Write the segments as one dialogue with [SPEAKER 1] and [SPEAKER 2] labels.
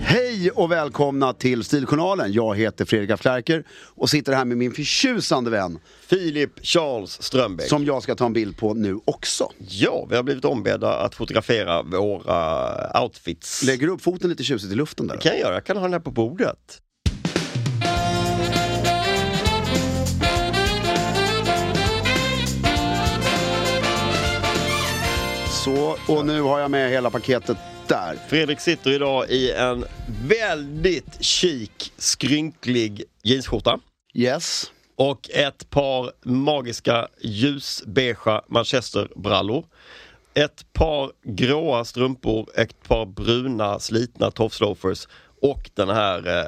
[SPEAKER 1] Hej och välkomna till Stiljournalen. Jag heter Fredrik af Klerker och sitter här med min förtjusande vän
[SPEAKER 2] Filip Charles Strömbäck.
[SPEAKER 1] som jag ska ta en bild på nu också.
[SPEAKER 2] Ja, vi har blivit ombedda att fotografera våra outfits.
[SPEAKER 1] Lägger du upp foten lite tjusigt i luften där? då?
[SPEAKER 2] kan jag göra, jag kan ha den här på bordet.
[SPEAKER 1] Så, och nu har jag med hela paketet där.
[SPEAKER 2] Fredrik sitter idag i en väldigt chic, skrynklig jeansskjorta.
[SPEAKER 1] Yes.
[SPEAKER 2] Och ett par magiska ljusbeiga manchesterbrallor. Ett par gråa strumpor, ett par bruna slitna tofsloafers och den här, eh, eh,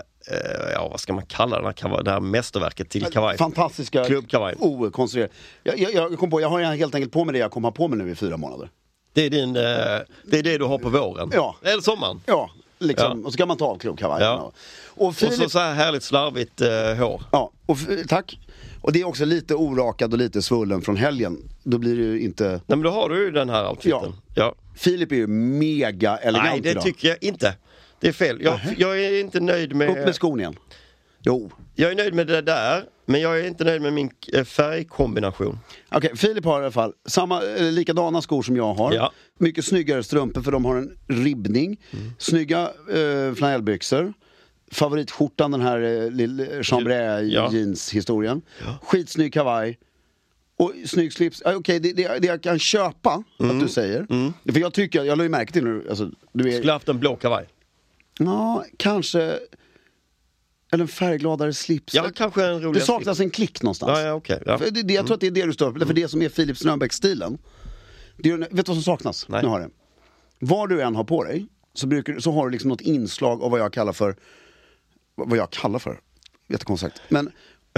[SPEAKER 2] ja vad ska man kalla den här kavaj, det här mästerverket till kavaj.
[SPEAKER 1] Fantastiska
[SPEAKER 2] Klubbkavaj.
[SPEAKER 1] okonstruerade. Jag, jag, jag kom på, jag har ju helt enkelt på mig det jag kommer ha på mig nu i fyra månader.
[SPEAKER 2] Det är, din, eh, det är det du har på våren.
[SPEAKER 1] Ja.
[SPEAKER 2] Eller sommaren.
[SPEAKER 1] Ja, liksom.
[SPEAKER 2] Ja.
[SPEAKER 1] Och så kan man ta av klubbkavajen.
[SPEAKER 2] Ja.
[SPEAKER 1] Och, och
[SPEAKER 2] Och
[SPEAKER 1] Filip...
[SPEAKER 2] så, så här härligt slarvigt eh, hår.
[SPEAKER 1] Ja, och, f- tack. Och det är också lite orakad och lite svullen från helgen. Då blir det ju inte...
[SPEAKER 2] Nej men då har du ju den här outfiten. Ja.
[SPEAKER 1] Filip är ju mega elegant
[SPEAKER 2] Nej det
[SPEAKER 1] idag.
[SPEAKER 2] tycker jag inte. Det är fel. Jag, jag är inte nöjd med...
[SPEAKER 1] Upp med skon igen. Jo.
[SPEAKER 2] Jag är nöjd med det där, men jag är inte nöjd med min eh, färgkombination.
[SPEAKER 1] Okej, Filip har i alla fall samma, eh, likadana skor som jag har.
[SPEAKER 2] Ja. Mm.
[SPEAKER 1] Mycket snyggare strumpor för de har en ribbning. Snygga eh, flanellbyxor. Favoritskjortan, den här eh, lille chambray
[SPEAKER 2] Ja.
[SPEAKER 1] jeans-historien. Skitsnygg kavaj. Och snygg slips. Ah, Okej, det, det, det jag kan köpa
[SPEAKER 2] Mm.
[SPEAKER 1] att du säger. För jag tycker, jag la ju märke till nu, alltså, du är...
[SPEAKER 2] Skulle haft en blå kavaj.
[SPEAKER 1] Ja, kanske... Eller en färggladare slips.
[SPEAKER 2] Ja, kanske en rolig
[SPEAKER 1] Det saknas en klick någonstans.
[SPEAKER 2] Ja, ja, okej, ja.
[SPEAKER 1] För det, det, jag tror att det är det du står för, för det som är Filip Strömbäck-stilen. Det är, vet du vad som saknas?
[SPEAKER 2] Nej.
[SPEAKER 1] Nu har jag det. Vad du än har på dig, så, brukar, så har du liksom något inslag av vad jag kallar för, vad jag kallar för, jättekonstigt, men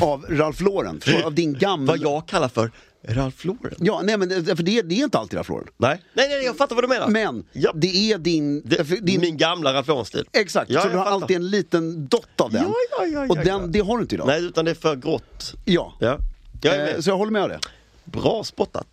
[SPEAKER 1] av Ralph Lauren, för, av din gamla...
[SPEAKER 2] Vad jag kallar för Ralph Lauren.
[SPEAKER 1] Ja, nej men det, för det, det är inte alltid Ralph Lauren.
[SPEAKER 2] Nej. nej, nej, jag fattar vad du menar.
[SPEAKER 1] Men,
[SPEAKER 2] ja. det,
[SPEAKER 1] det är din... för din
[SPEAKER 2] min gamla Ralph Lauren-stil.
[SPEAKER 1] Exakt,
[SPEAKER 2] Ja,
[SPEAKER 1] så
[SPEAKER 2] jag
[SPEAKER 1] du har
[SPEAKER 2] fattar.
[SPEAKER 1] alltid en liten dott av den.
[SPEAKER 2] Ja, ja, ja,
[SPEAKER 1] och
[SPEAKER 2] ja,
[SPEAKER 1] den,
[SPEAKER 2] ja.
[SPEAKER 1] det har du inte idag.
[SPEAKER 2] Nej, utan det är för grått.
[SPEAKER 1] Ja.
[SPEAKER 2] Ja. Jag är
[SPEAKER 1] Eh,
[SPEAKER 2] med.
[SPEAKER 1] Så jag håller med om det.
[SPEAKER 2] Bra spottat.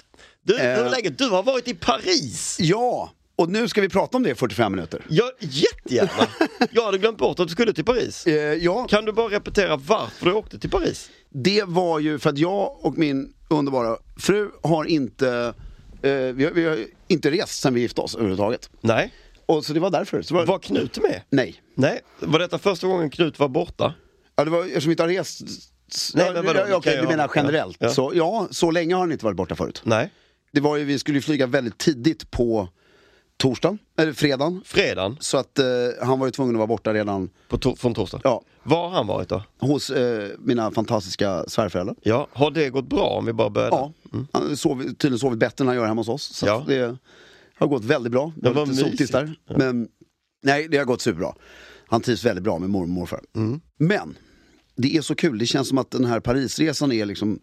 [SPEAKER 2] Du, hur är
[SPEAKER 1] Eh.
[SPEAKER 2] läget? Du har varit i Paris.
[SPEAKER 1] Ja, och nu ska vi prata om det i 45 minuter.
[SPEAKER 2] Ja, jättegärna. jag hade glömt bort att du skulle till Paris.
[SPEAKER 1] Eh, ja,
[SPEAKER 2] Kan du bara repetera varför du åkte till Paris?
[SPEAKER 1] det var ju för att jag och min underbara fru har inte eh, vi, har, vi har inte rest sen vi gifte oss överhuvudtaget.
[SPEAKER 2] Nej.
[SPEAKER 1] Och, så det var därför. Så det var,
[SPEAKER 2] Var Knut med?
[SPEAKER 1] Nej.
[SPEAKER 2] Nej. Var detta första gången Knut var borta?
[SPEAKER 1] Ja, det var, eftersom vi inte har rest... s-
[SPEAKER 2] Nej,
[SPEAKER 1] ja,
[SPEAKER 2] men vadå,
[SPEAKER 1] ja,
[SPEAKER 2] det kan
[SPEAKER 1] okej,
[SPEAKER 2] jag-
[SPEAKER 1] du menar generellt?
[SPEAKER 2] Ja.
[SPEAKER 1] Ja. Så, ja, så länge har ni inte varit borta förut.
[SPEAKER 2] Nej.
[SPEAKER 1] Det var ju, vi skulle ju flyga väldigt tidigt på torsdagen, eller fredagen.
[SPEAKER 2] Fredagen
[SPEAKER 1] Så att eh, han var ju tvungen att vara borta redan
[SPEAKER 2] på to- från torsdag?
[SPEAKER 1] Ja.
[SPEAKER 2] Var har han varit då?
[SPEAKER 1] hos eh, mina fantastiska svärföräldrar.
[SPEAKER 2] Ja. Har det gått bra om vi bara börjar där?
[SPEAKER 1] Ja, han sov, tydligen sovit bättre än han gör hemma hos oss. Så
[SPEAKER 2] Ja.
[SPEAKER 1] att det har gått väldigt bra. Det
[SPEAKER 2] Men
[SPEAKER 1] var
[SPEAKER 2] vad
[SPEAKER 1] lite sotigt
[SPEAKER 2] mysigt.
[SPEAKER 1] där. Men nej, det har gått superbra. Han trivs väldigt bra med mormor och morfar.
[SPEAKER 2] Mm.
[SPEAKER 1] Men det är så kul, det känns som att den här Parisresan är liksom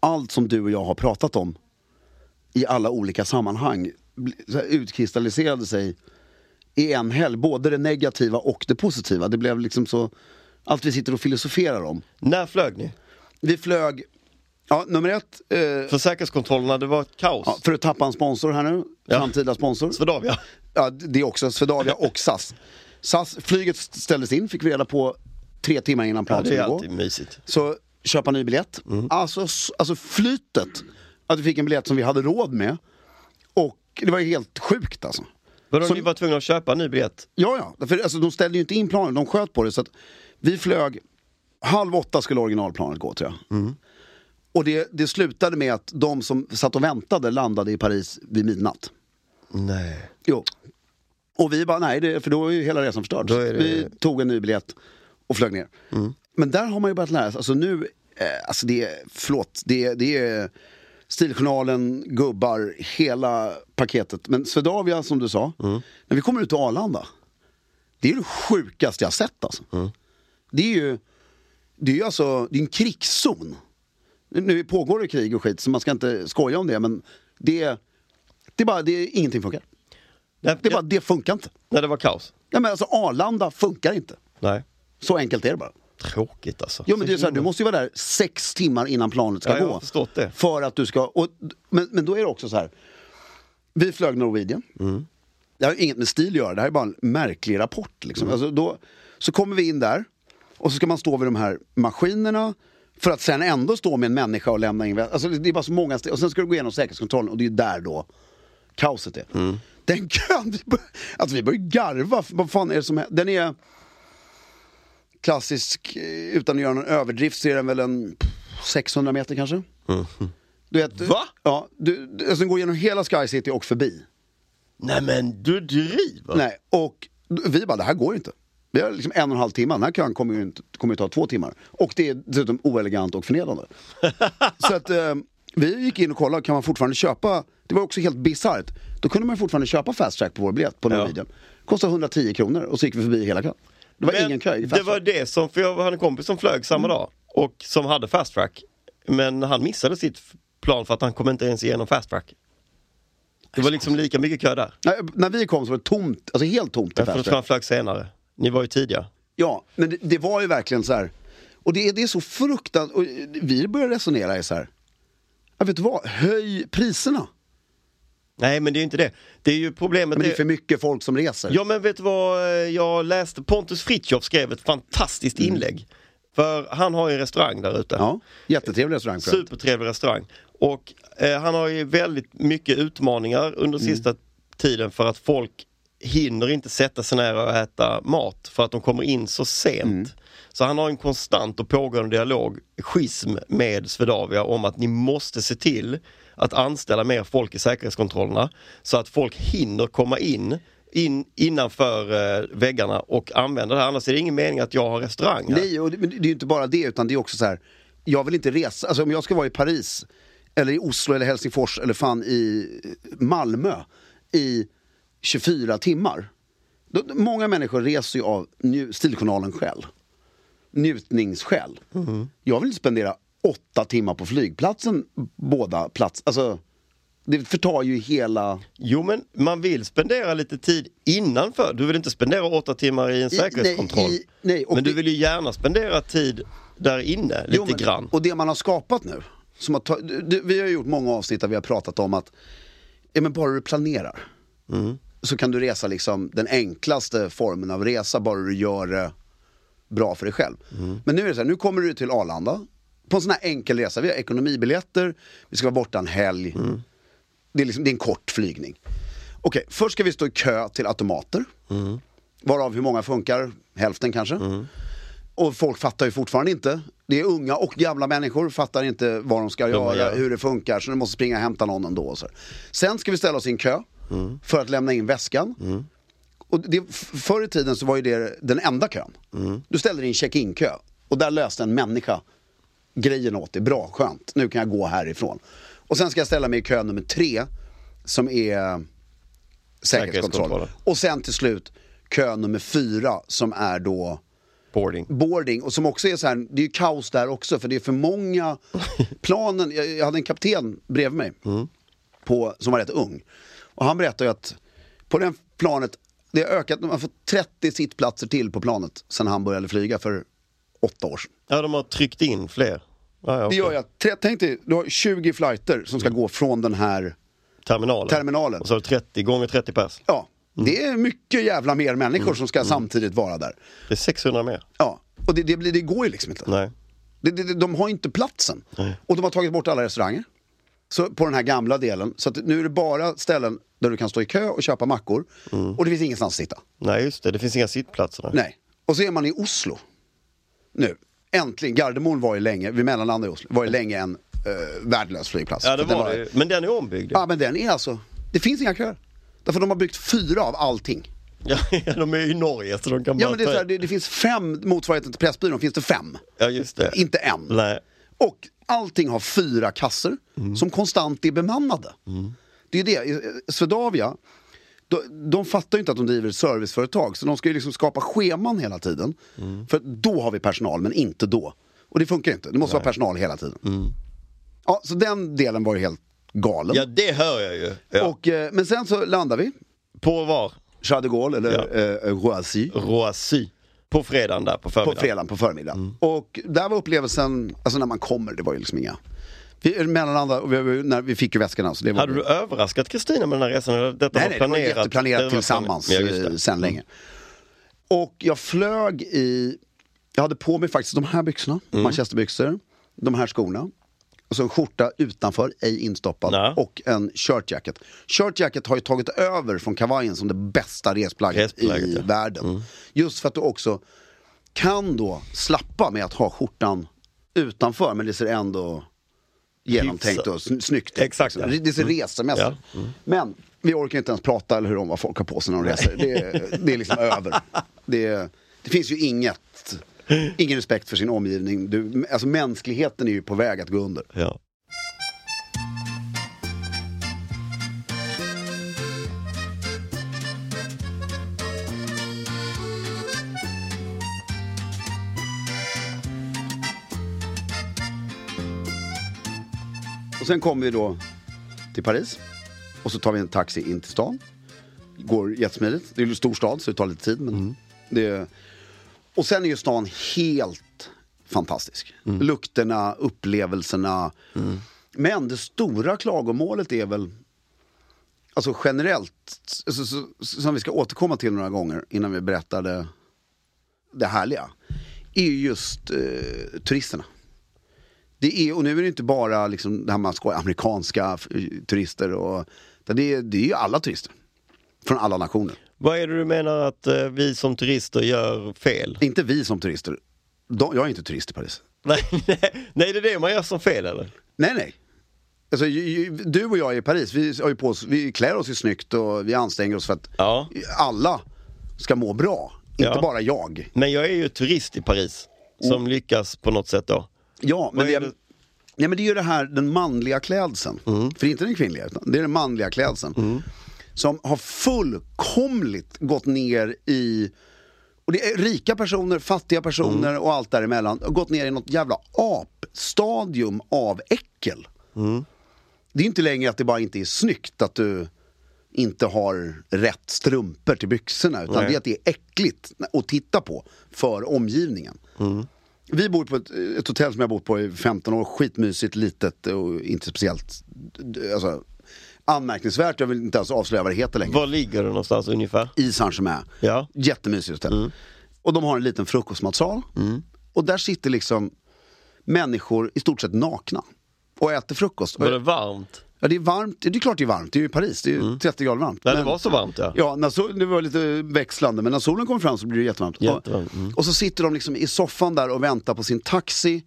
[SPEAKER 1] allt som du och jag har pratat om i alla olika sammanhang bli- så här, utkristalliserade sig i en helg, både det negativa och det positiva. Det blev liksom så, allt vi sitter och filosoferar om.
[SPEAKER 2] När flög ni?
[SPEAKER 1] Vi flög, ja nummer ett, eh,
[SPEAKER 2] För säkerhetskontrollerna, det var ett kaos.
[SPEAKER 1] Ja, för att tappa en sponsor här nu,
[SPEAKER 2] Ja.
[SPEAKER 1] framtida sponsor.
[SPEAKER 2] Swedavia.
[SPEAKER 1] Ja, det är också Swedavia och SAS. SAS. Flyget ställdes in, fick vi reda på tre timmar innan
[SPEAKER 2] Ja,
[SPEAKER 1] planet
[SPEAKER 2] det är
[SPEAKER 1] skulle gå.
[SPEAKER 2] alltid Mm. mysigt.
[SPEAKER 1] Så köpa ny biljett. Alltså, s- alltså flytet, att vi fick en biljett som vi hade råd med. Och det var ju helt sjukt alltså.
[SPEAKER 2] Vadå,
[SPEAKER 1] Så-
[SPEAKER 2] ni var tvungna att köpa en ny biljett?
[SPEAKER 1] Ja, ja. För, alltså, de ställde ju inte in planen, de sköt på det. Så att vi flög, halv åtta skulle originalplanet gå tror jag.
[SPEAKER 2] Mm.
[SPEAKER 1] Och det, det slutade med att de som satt och väntade landade i Paris vid midnatt.
[SPEAKER 2] Nej.
[SPEAKER 1] Jo. Och vi bara, nej, det, för då är ju hela resan förstörd.
[SPEAKER 2] Då är det- Mm.
[SPEAKER 1] Vi tog en ny biljett och flög ner. Men där har man ju börjat lära sig, alltså nu, eh, alltså det är, förlåt, det är, det är Stiljournalen, gubbar, hela paketet. Men Swedavia som du sa,
[SPEAKER 2] Mm.
[SPEAKER 1] när vi kommer ut till Arlanda, det är det sjukaste jag sett alltså.
[SPEAKER 2] Mm.
[SPEAKER 1] Det är ju, det är ju alltså, det är en krigszon. Nu pågår det krig och skit, så man ska inte skoja om det, men det är, det är bara, det är, ingenting funkar.
[SPEAKER 2] Nej,
[SPEAKER 1] Det, är bara, det funkar inte.
[SPEAKER 2] Nej, det var kaos.
[SPEAKER 1] Nej, men alltså Arlanda funkar inte.
[SPEAKER 2] Nej.
[SPEAKER 1] Så enkelt är det bara.
[SPEAKER 2] Tråkigt alltså.
[SPEAKER 1] Jo, men det är så här, du måste ju vara där sex timmar innan planet ska
[SPEAKER 2] Ja, jag
[SPEAKER 1] gå.
[SPEAKER 2] har förstått det.
[SPEAKER 1] För att du ska... Och, men, men då är det också så här. Vi flög Norwegian. Det har ju inget med stil att göra, det här är bara en märklig rapport. Liksom.
[SPEAKER 2] Mm.
[SPEAKER 1] Alltså, då, så kommer vi in där och så ska man stå vid de här maskinerna för att sen ändå stå med en människa och lämna in... vä- Alltså, det det är bara så många steg. Och sen ska du gå igenom säkerhetskontrollen och det är ju där då kaoset är. Den kön, vi bör, alltså vi börjar garva. Vad fan är det som händer? Den är klassisk, eh, utan att göra någon överdrift, så är den väl en pff, 600 meter kanske. Du vet,
[SPEAKER 2] Va?
[SPEAKER 1] Ja, du, du, alltså den går genom hela Sky City och förbi.
[SPEAKER 2] Nej men du driver!
[SPEAKER 1] Nej, och vi bara, det här går ju inte. Vi har liksom en och en halv timme, den här kön kommer ju, inte, kommer ju ta två timmar. Och det är dessutom oelegant och förnedrande. så att eh, vi gick in och kollade, kan man fortfarande köpa, det var också helt bisarrt. Då kunde man fortfarande köpa fast track på vår biljett på Norwegian. Kostade 110 kronor och så gick vi förbi hela kön. Det var
[SPEAKER 2] Men
[SPEAKER 1] ingen kö i
[SPEAKER 2] Det
[SPEAKER 1] fast
[SPEAKER 2] var
[SPEAKER 1] track. Mm.
[SPEAKER 2] det som, för jag hade en kompis som flög samma dag och som hade fast track. Men han missade sitt f- plan för att han kom inte ens igenom fast track. Det var liksom lika mycket kö där.
[SPEAKER 1] När, när vi kom så var det tomt, alltså helt tomt i
[SPEAKER 2] Därför
[SPEAKER 1] fast
[SPEAKER 2] tror
[SPEAKER 1] track.
[SPEAKER 2] han flög senare. Ni var ju tidiga.
[SPEAKER 1] Ja, men det, det var ju verkligen så här. Och det, är- det är så fruktat. Och vi börjar resonera i så här. Jag vet du vad, höj priserna.
[SPEAKER 2] Nej men det är ju inte det. Det är ju problemet.
[SPEAKER 1] Men det är för mycket folk som reser.
[SPEAKER 2] Ja men vet du vad, eh, jag läste Pontus Fritiof skrev ett fantastiskt inlägg. För han har ju en restaurang där ute.
[SPEAKER 1] Mm. Ja, jättetrevlig restaurang för övrigt.
[SPEAKER 2] Supertrevlig restaurang. Och eh, han har ju väldigt mycket utmaningar under sista tiden för att folk hinner inte sätta sig ner och äta mat för att de kommer in så sent. Så han har en konstant och pågående dialog, schism med Swedavia om att ni måste se till att anställa mer folk i säkerhetskontrollerna så att folk hinner komma in, in innanför eh, väggarna och använda det här. Annars är det ingen mening att jag har restaurang här.
[SPEAKER 1] Nej, och det, men det är ju inte bara det, utan det är också så här. Jag vill inte resa, alltså om jag ska vara i Paris, eller i Oslo, eller Helsingfors, eller fan i Malmö i 24 timmar. Då, då- många människor reser ju av nju, stiljournalen själv. Njutningsskäl. Jag vill spendera åtta timmar på flygplatsen, båda plats. Alltså, det förtar ju hela...
[SPEAKER 2] Jo men man vill spendera lite tid innanför. Du vill inte spendera åtta timmar i en säkerhetskontroll.
[SPEAKER 1] nej, i- nej, och
[SPEAKER 2] men du
[SPEAKER 1] det-
[SPEAKER 2] vill ju gärna spendera tid där inne, lite
[SPEAKER 1] Jo, men-
[SPEAKER 2] grann.
[SPEAKER 1] Och det man har skapat nu. Som har ta, du, du- vi har ju gjort många avsnitt där vi har pratat om att ja, men bara du planerar
[SPEAKER 2] Mm.
[SPEAKER 1] så kan du resa liksom den enklaste formen av resa bara du gör det bra för dig själv.
[SPEAKER 2] Mm.
[SPEAKER 1] Men nu är det så här, nu kommer du till
[SPEAKER 2] Mm.
[SPEAKER 1] Arlanda på en sån här enkel resa. Vi har ekonomibiljetter, vi ska vara borta en helg. Det är, liksom, det är en kort flygning. Okej, först ska vi stå i kö till automater. Varav hur många funkar? Hälften kanske. Och folk fattar ju fortfarande inte. Det är unga och gamla människor, fattar inte vad de ska göra,
[SPEAKER 2] gör.
[SPEAKER 1] hur det funkar. Så de måste springa och hämta någon ändå. Och så. här. Sen ska vi ställa oss i en kö för att lämna in väskan. Och det, f- förr i tiden så var ju det den enda kön. Du ställde dig i en check-in-kö. Och där löste en människa grejen åt dig. Bra, skönt. Nu kan jag gå härifrån. Och sen ska jag ställa mig i kö nummer tre, som är säkerhetskontroll.
[SPEAKER 2] Säkerhetskontrollen.
[SPEAKER 1] Och sen till slut kö nummer fyra som är då
[SPEAKER 2] Boarding.
[SPEAKER 1] boarding och som också är så här, det är ju kaos där också för det är för många planen, jag, jag hade en kapten bredvid mig på, som var rätt ung och han berättade ju att på det planet, det har ökat, man får 30 sittplatser till på planet sen han började flyga för åtta år sedan.
[SPEAKER 2] Ja, de har tryckt in fler. Ja, ja,
[SPEAKER 1] Det
[SPEAKER 2] okej. Mm.
[SPEAKER 1] gör jag, tre- tänk dig, du har 20 flighter som ska gå från den här
[SPEAKER 2] Terminalen.
[SPEAKER 1] Terminalen.
[SPEAKER 2] Och så har du 30 gånger 30 pers.
[SPEAKER 1] Ja,
[SPEAKER 2] Mm.
[SPEAKER 1] det är mycket jävla mer människor som ska samtidigt vara där.
[SPEAKER 2] Det är 600 mer.
[SPEAKER 1] Ja, och det, det, blir- det går ju liksom inte.
[SPEAKER 2] Nej.
[SPEAKER 1] Det, det, det- de har inte platsen. Och de har tagit bort alla restauranger. Så, på den här gamla delen. Så att nu är det bara ställen där du kan stå i kö och köpa mackor.
[SPEAKER 2] Mm.
[SPEAKER 1] Och det finns ingenstans att sitta.
[SPEAKER 2] Nej, just det. Det finns inga sittplatser. där.
[SPEAKER 1] Nej. Och så är man i Oslo. Nu. Äntligen. Gardemon var ju länge, vi mellanlandade i Oslo, var ju länge en eh, värdelös flygplats.
[SPEAKER 2] Ja,
[SPEAKER 1] För
[SPEAKER 2] det
[SPEAKER 1] att
[SPEAKER 2] var
[SPEAKER 1] den
[SPEAKER 2] det ju. Men den är ombyggd.
[SPEAKER 1] Ja, men den är alltså... Det finns inga köer. Därför de har byggt fyra av allting.
[SPEAKER 2] Ja, de är ju i Norge så de kan
[SPEAKER 1] Ja,
[SPEAKER 2] bara
[SPEAKER 1] men det, är
[SPEAKER 2] ta
[SPEAKER 1] så här,
[SPEAKER 2] in.
[SPEAKER 1] det, det finns fem, motsvarigheten till Pressbyrån finns det fem.
[SPEAKER 2] Ja, just det.
[SPEAKER 1] Inte en.
[SPEAKER 2] Nej. Mm.
[SPEAKER 1] Och allting har fyra kasser som konstant är bemannade. Det är ju det. I- Swedavia, de, de fattar ju inte att de driver ett serviceföretag så de ska ju liksom skapa scheman hela tiden.
[SPEAKER 2] Mm.
[SPEAKER 1] För då har vi personal, men inte då. Och det funkar inte, det måste vara personal hela tiden. Ja, så den delen var ju helt galen.
[SPEAKER 2] Mm. Ja, det hör jag ju. Ja.
[SPEAKER 1] Och, eh, men sen så landar vi,
[SPEAKER 2] På var?
[SPEAKER 1] Charles de Gaulle, eller
[SPEAKER 2] Ja.
[SPEAKER 1] eh, Roissy.
[SPEAKER 2] Roissy. På fredagen där på
[SPEAKER 1] på
[SPEAKER 2] förmiddagen.
[SPEAKER 1] fredagen på förmiddagen.
[SPEAKER 2] Mm.
[SPEAKER 1] Och där var upplevelsen, alltså när man kommer, det var ju liksom inga... Vi mellanlandade och vi, vi, när vi fick ju väskorna. Så det var
[SPEAKER 2] Hade du överraskat Kristina med den här resan? Eller Detta
[SPEAKER 1] nej,
[SPEAKER 2] var
[SPEAKER 1] Mm. nej, det var
[SPEAKER 2] planerat,
[SPEAKER 1] jätteplanerat
[SPEAKER 2] det var
[SPEAKER 1] tillsammans
[SPEAKER 2] planerat.
[SPEAKER 1] eh,
[SPEAKER 2] Ja, just det. Mm.
[SPEAKER 1] sen länge. Och jag flög i, jag hade på mig faktiskt de här byxorna,
[SPEAKER 2] Mm.
[SPEAKER 1] manchesterbyxor, de här skorna. Och så en skjorta utanför, ej instoppad,
[SPEAKER 2] Nej.
[SPEAKER 1] och en shirt jacket. Shirt jacket har ju tagit över från kavajen som det bästa resplagget,
[SPEAKER 2] Resplagget,
[SPEAKER 1] i
[SPEAKER 2] ja. Mm.
[SPEAKER 1] världen. Just för att du också kan då slappa med att ha skjortan utanför, men det ser ändå genomtänkt och sn- snyggt ut. liksom.
[SPEAKER 2] Exakt, ja.
[SPEAKER 1] Det ser resemässigt
[SPEAKER 2] Ja.
[SPEAKER 1] men vi orkar inte ens prata eller hur om vad folk har på sig när de reser. Det, det är liksom över. Det, det finns ju inget, ingen respekt för sin omgivning. Du, alltså mänskligheten är ju på väg att gå under.
[SPEAKER 2] Ja.
[SPEAKER 1] Och sen kommer vi då till Paris. Och så tar vi en taxi in till stan. Går jättesmidigt. Det är ju en stor stad så det tar lite tid. Men det, och sen är ju stan helt fantastisk. Lukterna, upplevelserna. Men det stora klagomålet är väl, alltså generellt, så, så, så, som vi ska återkomma till några gånger innan vi berättade det härliga, är ju just eh, turisterna. Det är, och nu är det inte bara liksom det här man skojar, amerikanska f- eh, turister och... utan Det är, det är ju alla turister. Från alla nationer.
[SPEAKER 2] Vad är det du menar att eh, vi som turister gör fel?
[SPEAKER 1] Inte vi som turister. De, jag är inte turist i Paris.
[SPEAKER 2] Nej, nej, nej, det är det man gör som fel eller?
[SPEAKER 1] Nej, nej. Alltså, ju- ju- du och jag är i Paris, vi, har ju på oss, vi klär oss ju snyggt och vi anstränger oss för att
[SPEAKER 2] Ja.
[SPEAKER 1] alla ska må bra. Inte
[SPEAKER 2] Ja.
[SPEAKER 1] bara jag.
[SPEAKER 2] Men jag är ju turist i Paris,
[SPEAKER 1] Oh.
[SPEAKER 2] som lyckas på något sätt då.
[SPEAKER 1] Ja, men
[SPEAKER 2] Vad
[SPEAKER 1] det,
[SPEAKER 2] är
[SPEAKER 1] är-
[SPEAKER 2] det? Mm.
[SPEAKER 1] Nej, men det är ju det här, den manliga klädseln. För det är inte den kvinnliga, utan det är den manliga klädseln. Som har fullkomligt gått ner i... Och det är rika personer, fattiga personer och allt däremellan. Har gått ner i något jävla apstadium av äckel. Det är inte längre att det bara inte är snyggt att du inte har rätt strumpor till byxorna. Utan
[SPEAKER 2] Nej.
[SPEAKER 1] det är att det är äckligt att titta på för omgivningen. Vi bor på ett, ett hotell som jag bott på i 15 år, skitmysigt, litet och inte speciellt alltså, anmärkningsvärt. Jag vill inte ens avslöja vad det heter längre.
[SPEAKER 2] Var ligger det någonstans ungefär?
[SPEAKER 1] I Saint-Germain.
[SPEAKER 2] Ja.
[SPEAKER 1] Jättemysigt hotell.
[SPEAKER 2] Mm.
[SPEAKER 1] Och de har en liten frukostmatsal. Och där sitter liksom människor i stort sett nakna och äter frukost.
[SPEAKER 2] Var det varmt?
[SPEAKER 1] Ja, det är varmt. Det är klart det är varmt. Det är ju Paris. Det är ju 30 grader varmt.
[SPEAKER 2] När det
[SPEAKER 1] Men-
[SPEAKER 2] var så varmt Mm. ja.
[SPEAKER 1] Ja, när sol, det var lite växlande, men när solen kommer fram så blir det jättevarmt.
[SPEAKER 2] Jättevarmt, mm.
[SPEAKER 1] Och, och så sitter de liksom i soffan där och väntar på sin taxi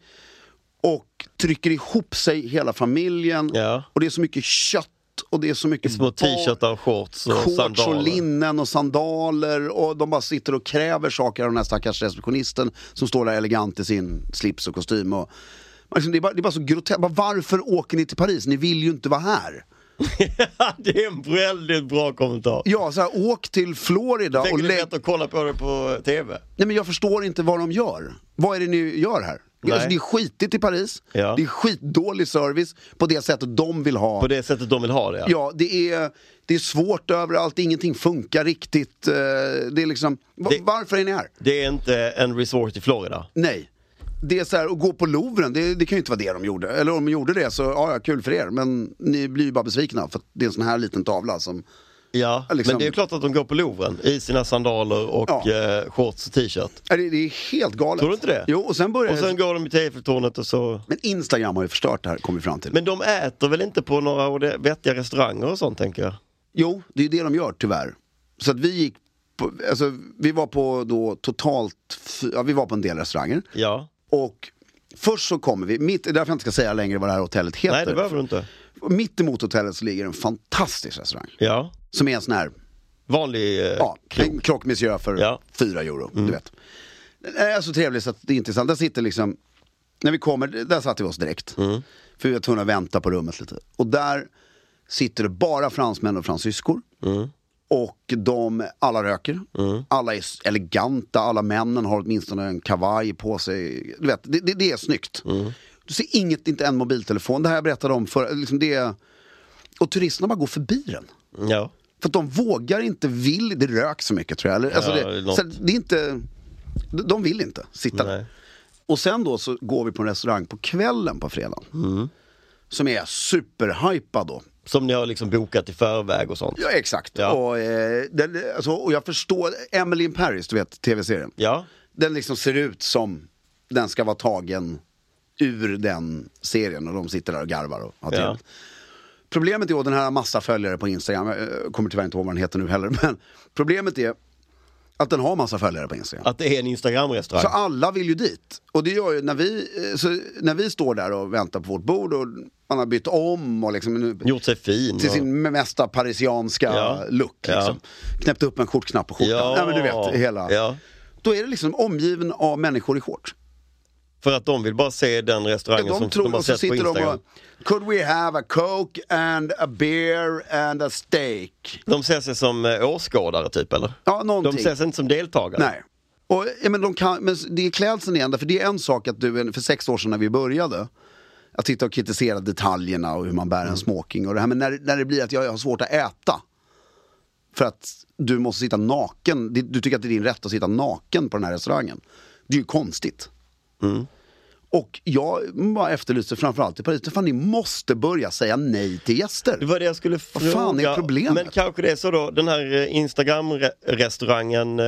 [SPEAKER 1] och trycker ihop sig, hela familjen.
[SPEAKER 2] Ja.
[SPEAKER 1] Och det är så mycket kött och det är så mycket
[SPEAKER 2] Små
[SPEAKER 1] barn-
[SPEAKER 2] t-shirtar, shorts och
[SPEAKER 1] Shorts
[SPEAKER 2] sandaler.
[SPEAKER 1] och linnen och sandaler och de bara sitter och kräver saker av den här stackars receptionisten som står där elegant i sin slips och kostym. Och, Man liksom, det, är bara, det är bara så groteskt. Bara, Varför åker ni till Paris? Ni vill ju inte vara här.
[SPEAKER 2] det är en väldigt bra kommentar.
[SPEAKER 1] Ja, så här, åk till Florida
[SPEAKER 2] Tänker
[SPEAKER 1] och
[SPEAKER 2] du
[SPEAKER 1] lägg...
[SPEAKER 2] lätt att kolla på det på TV?
[SPEAKER 1] Nej men jag förstår inte vad de gör. Vad är det ni gör här?
[SPEAKER 2] Nej.
[SPEAKER 1] Alltså, det är skitigt i Paris,
[SPEAKER 2] Ja.
[SPEAKER 1] det är skitdålig service på det sättet de vill ha.
[SPEAKER 2] På det sättet de vill ha det
[SPEAKER 1] Ja, det är, det är svårt överallt, ingenting funkar riktigt. eh, Det är liksom, va-
[SPEAKER 2] Det-
[SPEAKER 1] Varför är ni här?
[SPEAKER 2] Det är inte en resort i Florida.
[SPEAKER 1] Nej. Det är så här, att gå på Louvren, det, det kan ju inte vara det de gjorde. Eller om de gjorde det så, ja, ja kul för er. Men ni blir ju bara besvikna för att det är en sån här liten tavla som...
[SPEAKER 2] Ja,
[SPEAKER 1] Liksom-
[SPEAKER 2] men det är klart att de går på Louvren i sina sandaler och
[SPEAKER 1] Ja.
[SPEAKER 2] eh, shorts och t-shirt.
[SPEAKER 1] Ja, Äh, Det, det är helt galet.
[SPEAKER 2] Tror du inte det?
[SPEAKER 1] Jo, och sen börjar
[SPEAKER 2] Och sen går de i Eiffeltornet och så...
[SPEAKER 1] Men Instagram har ju förstört det här, kommer vi fram till.
[SPEAKER 2] Men de äter väl inte på några orde- vettiga restauranger och sånt tänker jag?
[SPEAKER 1] Jo, det är det de gör tyvärr. Så att vi gick på, alltså, vi var på då totalt, fy- ja, vi var på en del restauranger.
[SPEAKER 2] Ja.
[SPEAKER 1] Och först så kommer vi, mitt, det är därför jag inte ska säga längre vad det här hotellet heter.
[SPEAKER 2] Nej, det behöver du inte.
[SPEAKER 1] Mitt emot hotellet så ligger en fantastisk restaurang.
[SPEAKER 2] Ja.
[SPEAKER 1] Som är en sån här,
[SPEAKER 2] Vanlig eh,
[SPEAKER 1] ja,
[SPEAKER 2] krog.
[SPEAKER 1] en croque monsieur för
[SPEAKER 2] Ja.
[SPEAKER 1] fyra euro. Du vet. Den är så trevlig så att det är intressant. Där sitter liksom, när vi kommer, där satte vi oss direkt. För vi var tvungna att vänta på rummet lite. Och där sitter det bara fransmän och fransyskor. Och de, alla röker. Alla är s- eleganta, alla männen har åtminstone en kavaj på sig. Du vet, det, det, det är snyggt. Du ser inget, inte en mobiltelefon. Det här jag berättade om för, liksom det, Och turisterna bara går förbi den.
[SPEAKER 2] Ja.
[SPEAKER 1] För att de vågar inte, vill, det rök så mycket tror jag. Eller, alltså
[SPEAKER 2] Ja,
[SPEAKER 1] det,
[SPEAKER 2] något.
[SPEAKER 1] så här, det är inte, de- de vill inte sitta där.
[SPEAKER 2] Nej.
[SPEAKER 1] Och sen då så går vi på en restaurang på kvällen på fredagen.
[SPEAKER 2] Mm.
[SPEAKER 1] Som är superhypad då.
[SPEAKER 2] Som ni har liksom bokat i förväg och sånt.
[SPEAKER 1] Ja exakt.
[SPEAKER 2] Ja.
[SPEAKER 1] Och, eh, den, alltså, och jag förstår, Emily in Paris, du vet tv-serien.
[SPEAKER 2] Ja.
[SPEAKER 1] Den liksom ser ut som den ska vara tagen ur den serien och de sitter där och garvar och har
[SPEAKER 2] Ja.
[SPEAKER 1] trevligt. Problemet är, och den här har massa följare på Instagram, jag kommer tyvärr inte ihåg vad den heter nu heller, men problemet är att den har massa följare på Instagram.
[SPEAKER 2] Att det är en Instagram-restaurang.
[SPEAKER 1] Så alla vill ju dit. Och det gör ju när vi, eh, så när vi står där och väntar på vårt bord och man har bytt om och liksom nu,
[SPEAKER 2] Gjort sig fin.
[SPEAKER 1] till
[SPEAKER 2] och-
[SPEAKER 1] sin mesta parisianska
[SPEAKER 2] Ja.
[SPEAKER 1] look. Liksom. Knäppt upp en skjortknapp på skjortan.
[SPEAKER 2] Ja.
[SPEAKER 1] Ja. men du vet, hela.
[SPEAKER 2] Ja.
[SPEAKER 1] Då är det liksom omgiven av människor i shorts.
[SPEAKER 2] För att de vill bara se den restaurangen som de har
[SPEAKER 1] och så
[SPEAKER 2] sett på
[SPEAKER 1] sitter de
[SPEAKER 2] Instagram.
[SPEAKER 1] och, could we have a coke and a beer and a steak?
[SPEAKER 2] De ser sig som eh, åskådare typ eller?
[SPEAKER 1] Ja,
[SPEAKER 2] De
[SPEAKER 1] någonting.
[SPEAKER 2] ser sig inte som deltagare.
[SPEAKER 1] Nej. Och, ja, men, de kan, men det är klädseln igen, för det är en sak att du för sex år sedan när vi började, att sitta och kritisera detaljerna och hur man bär en
[SPEAKER 2] Mm.
[SPEAKER 1] smoking och det här. Men när, när det blir att jag, jag har svårt att äta, för att du måste sitta naken, Det- du tycker att det är din rätt att sitta naken på den här restaurangen. Det är ju konstigt.
[SPEAKER 2] Mm.
[SPEAKER 1] Och jag bara efterlyser framförallt i Paris, fan ni måste börja säga nej till gäster.
[SPEAKER 2] Det var det jag skulle fråga.
[SPEAKER 1] Vad fan är problemet?
[SPEAKER 2] Men kanske det är så då, den här eh, Instagram-restaurangen eh,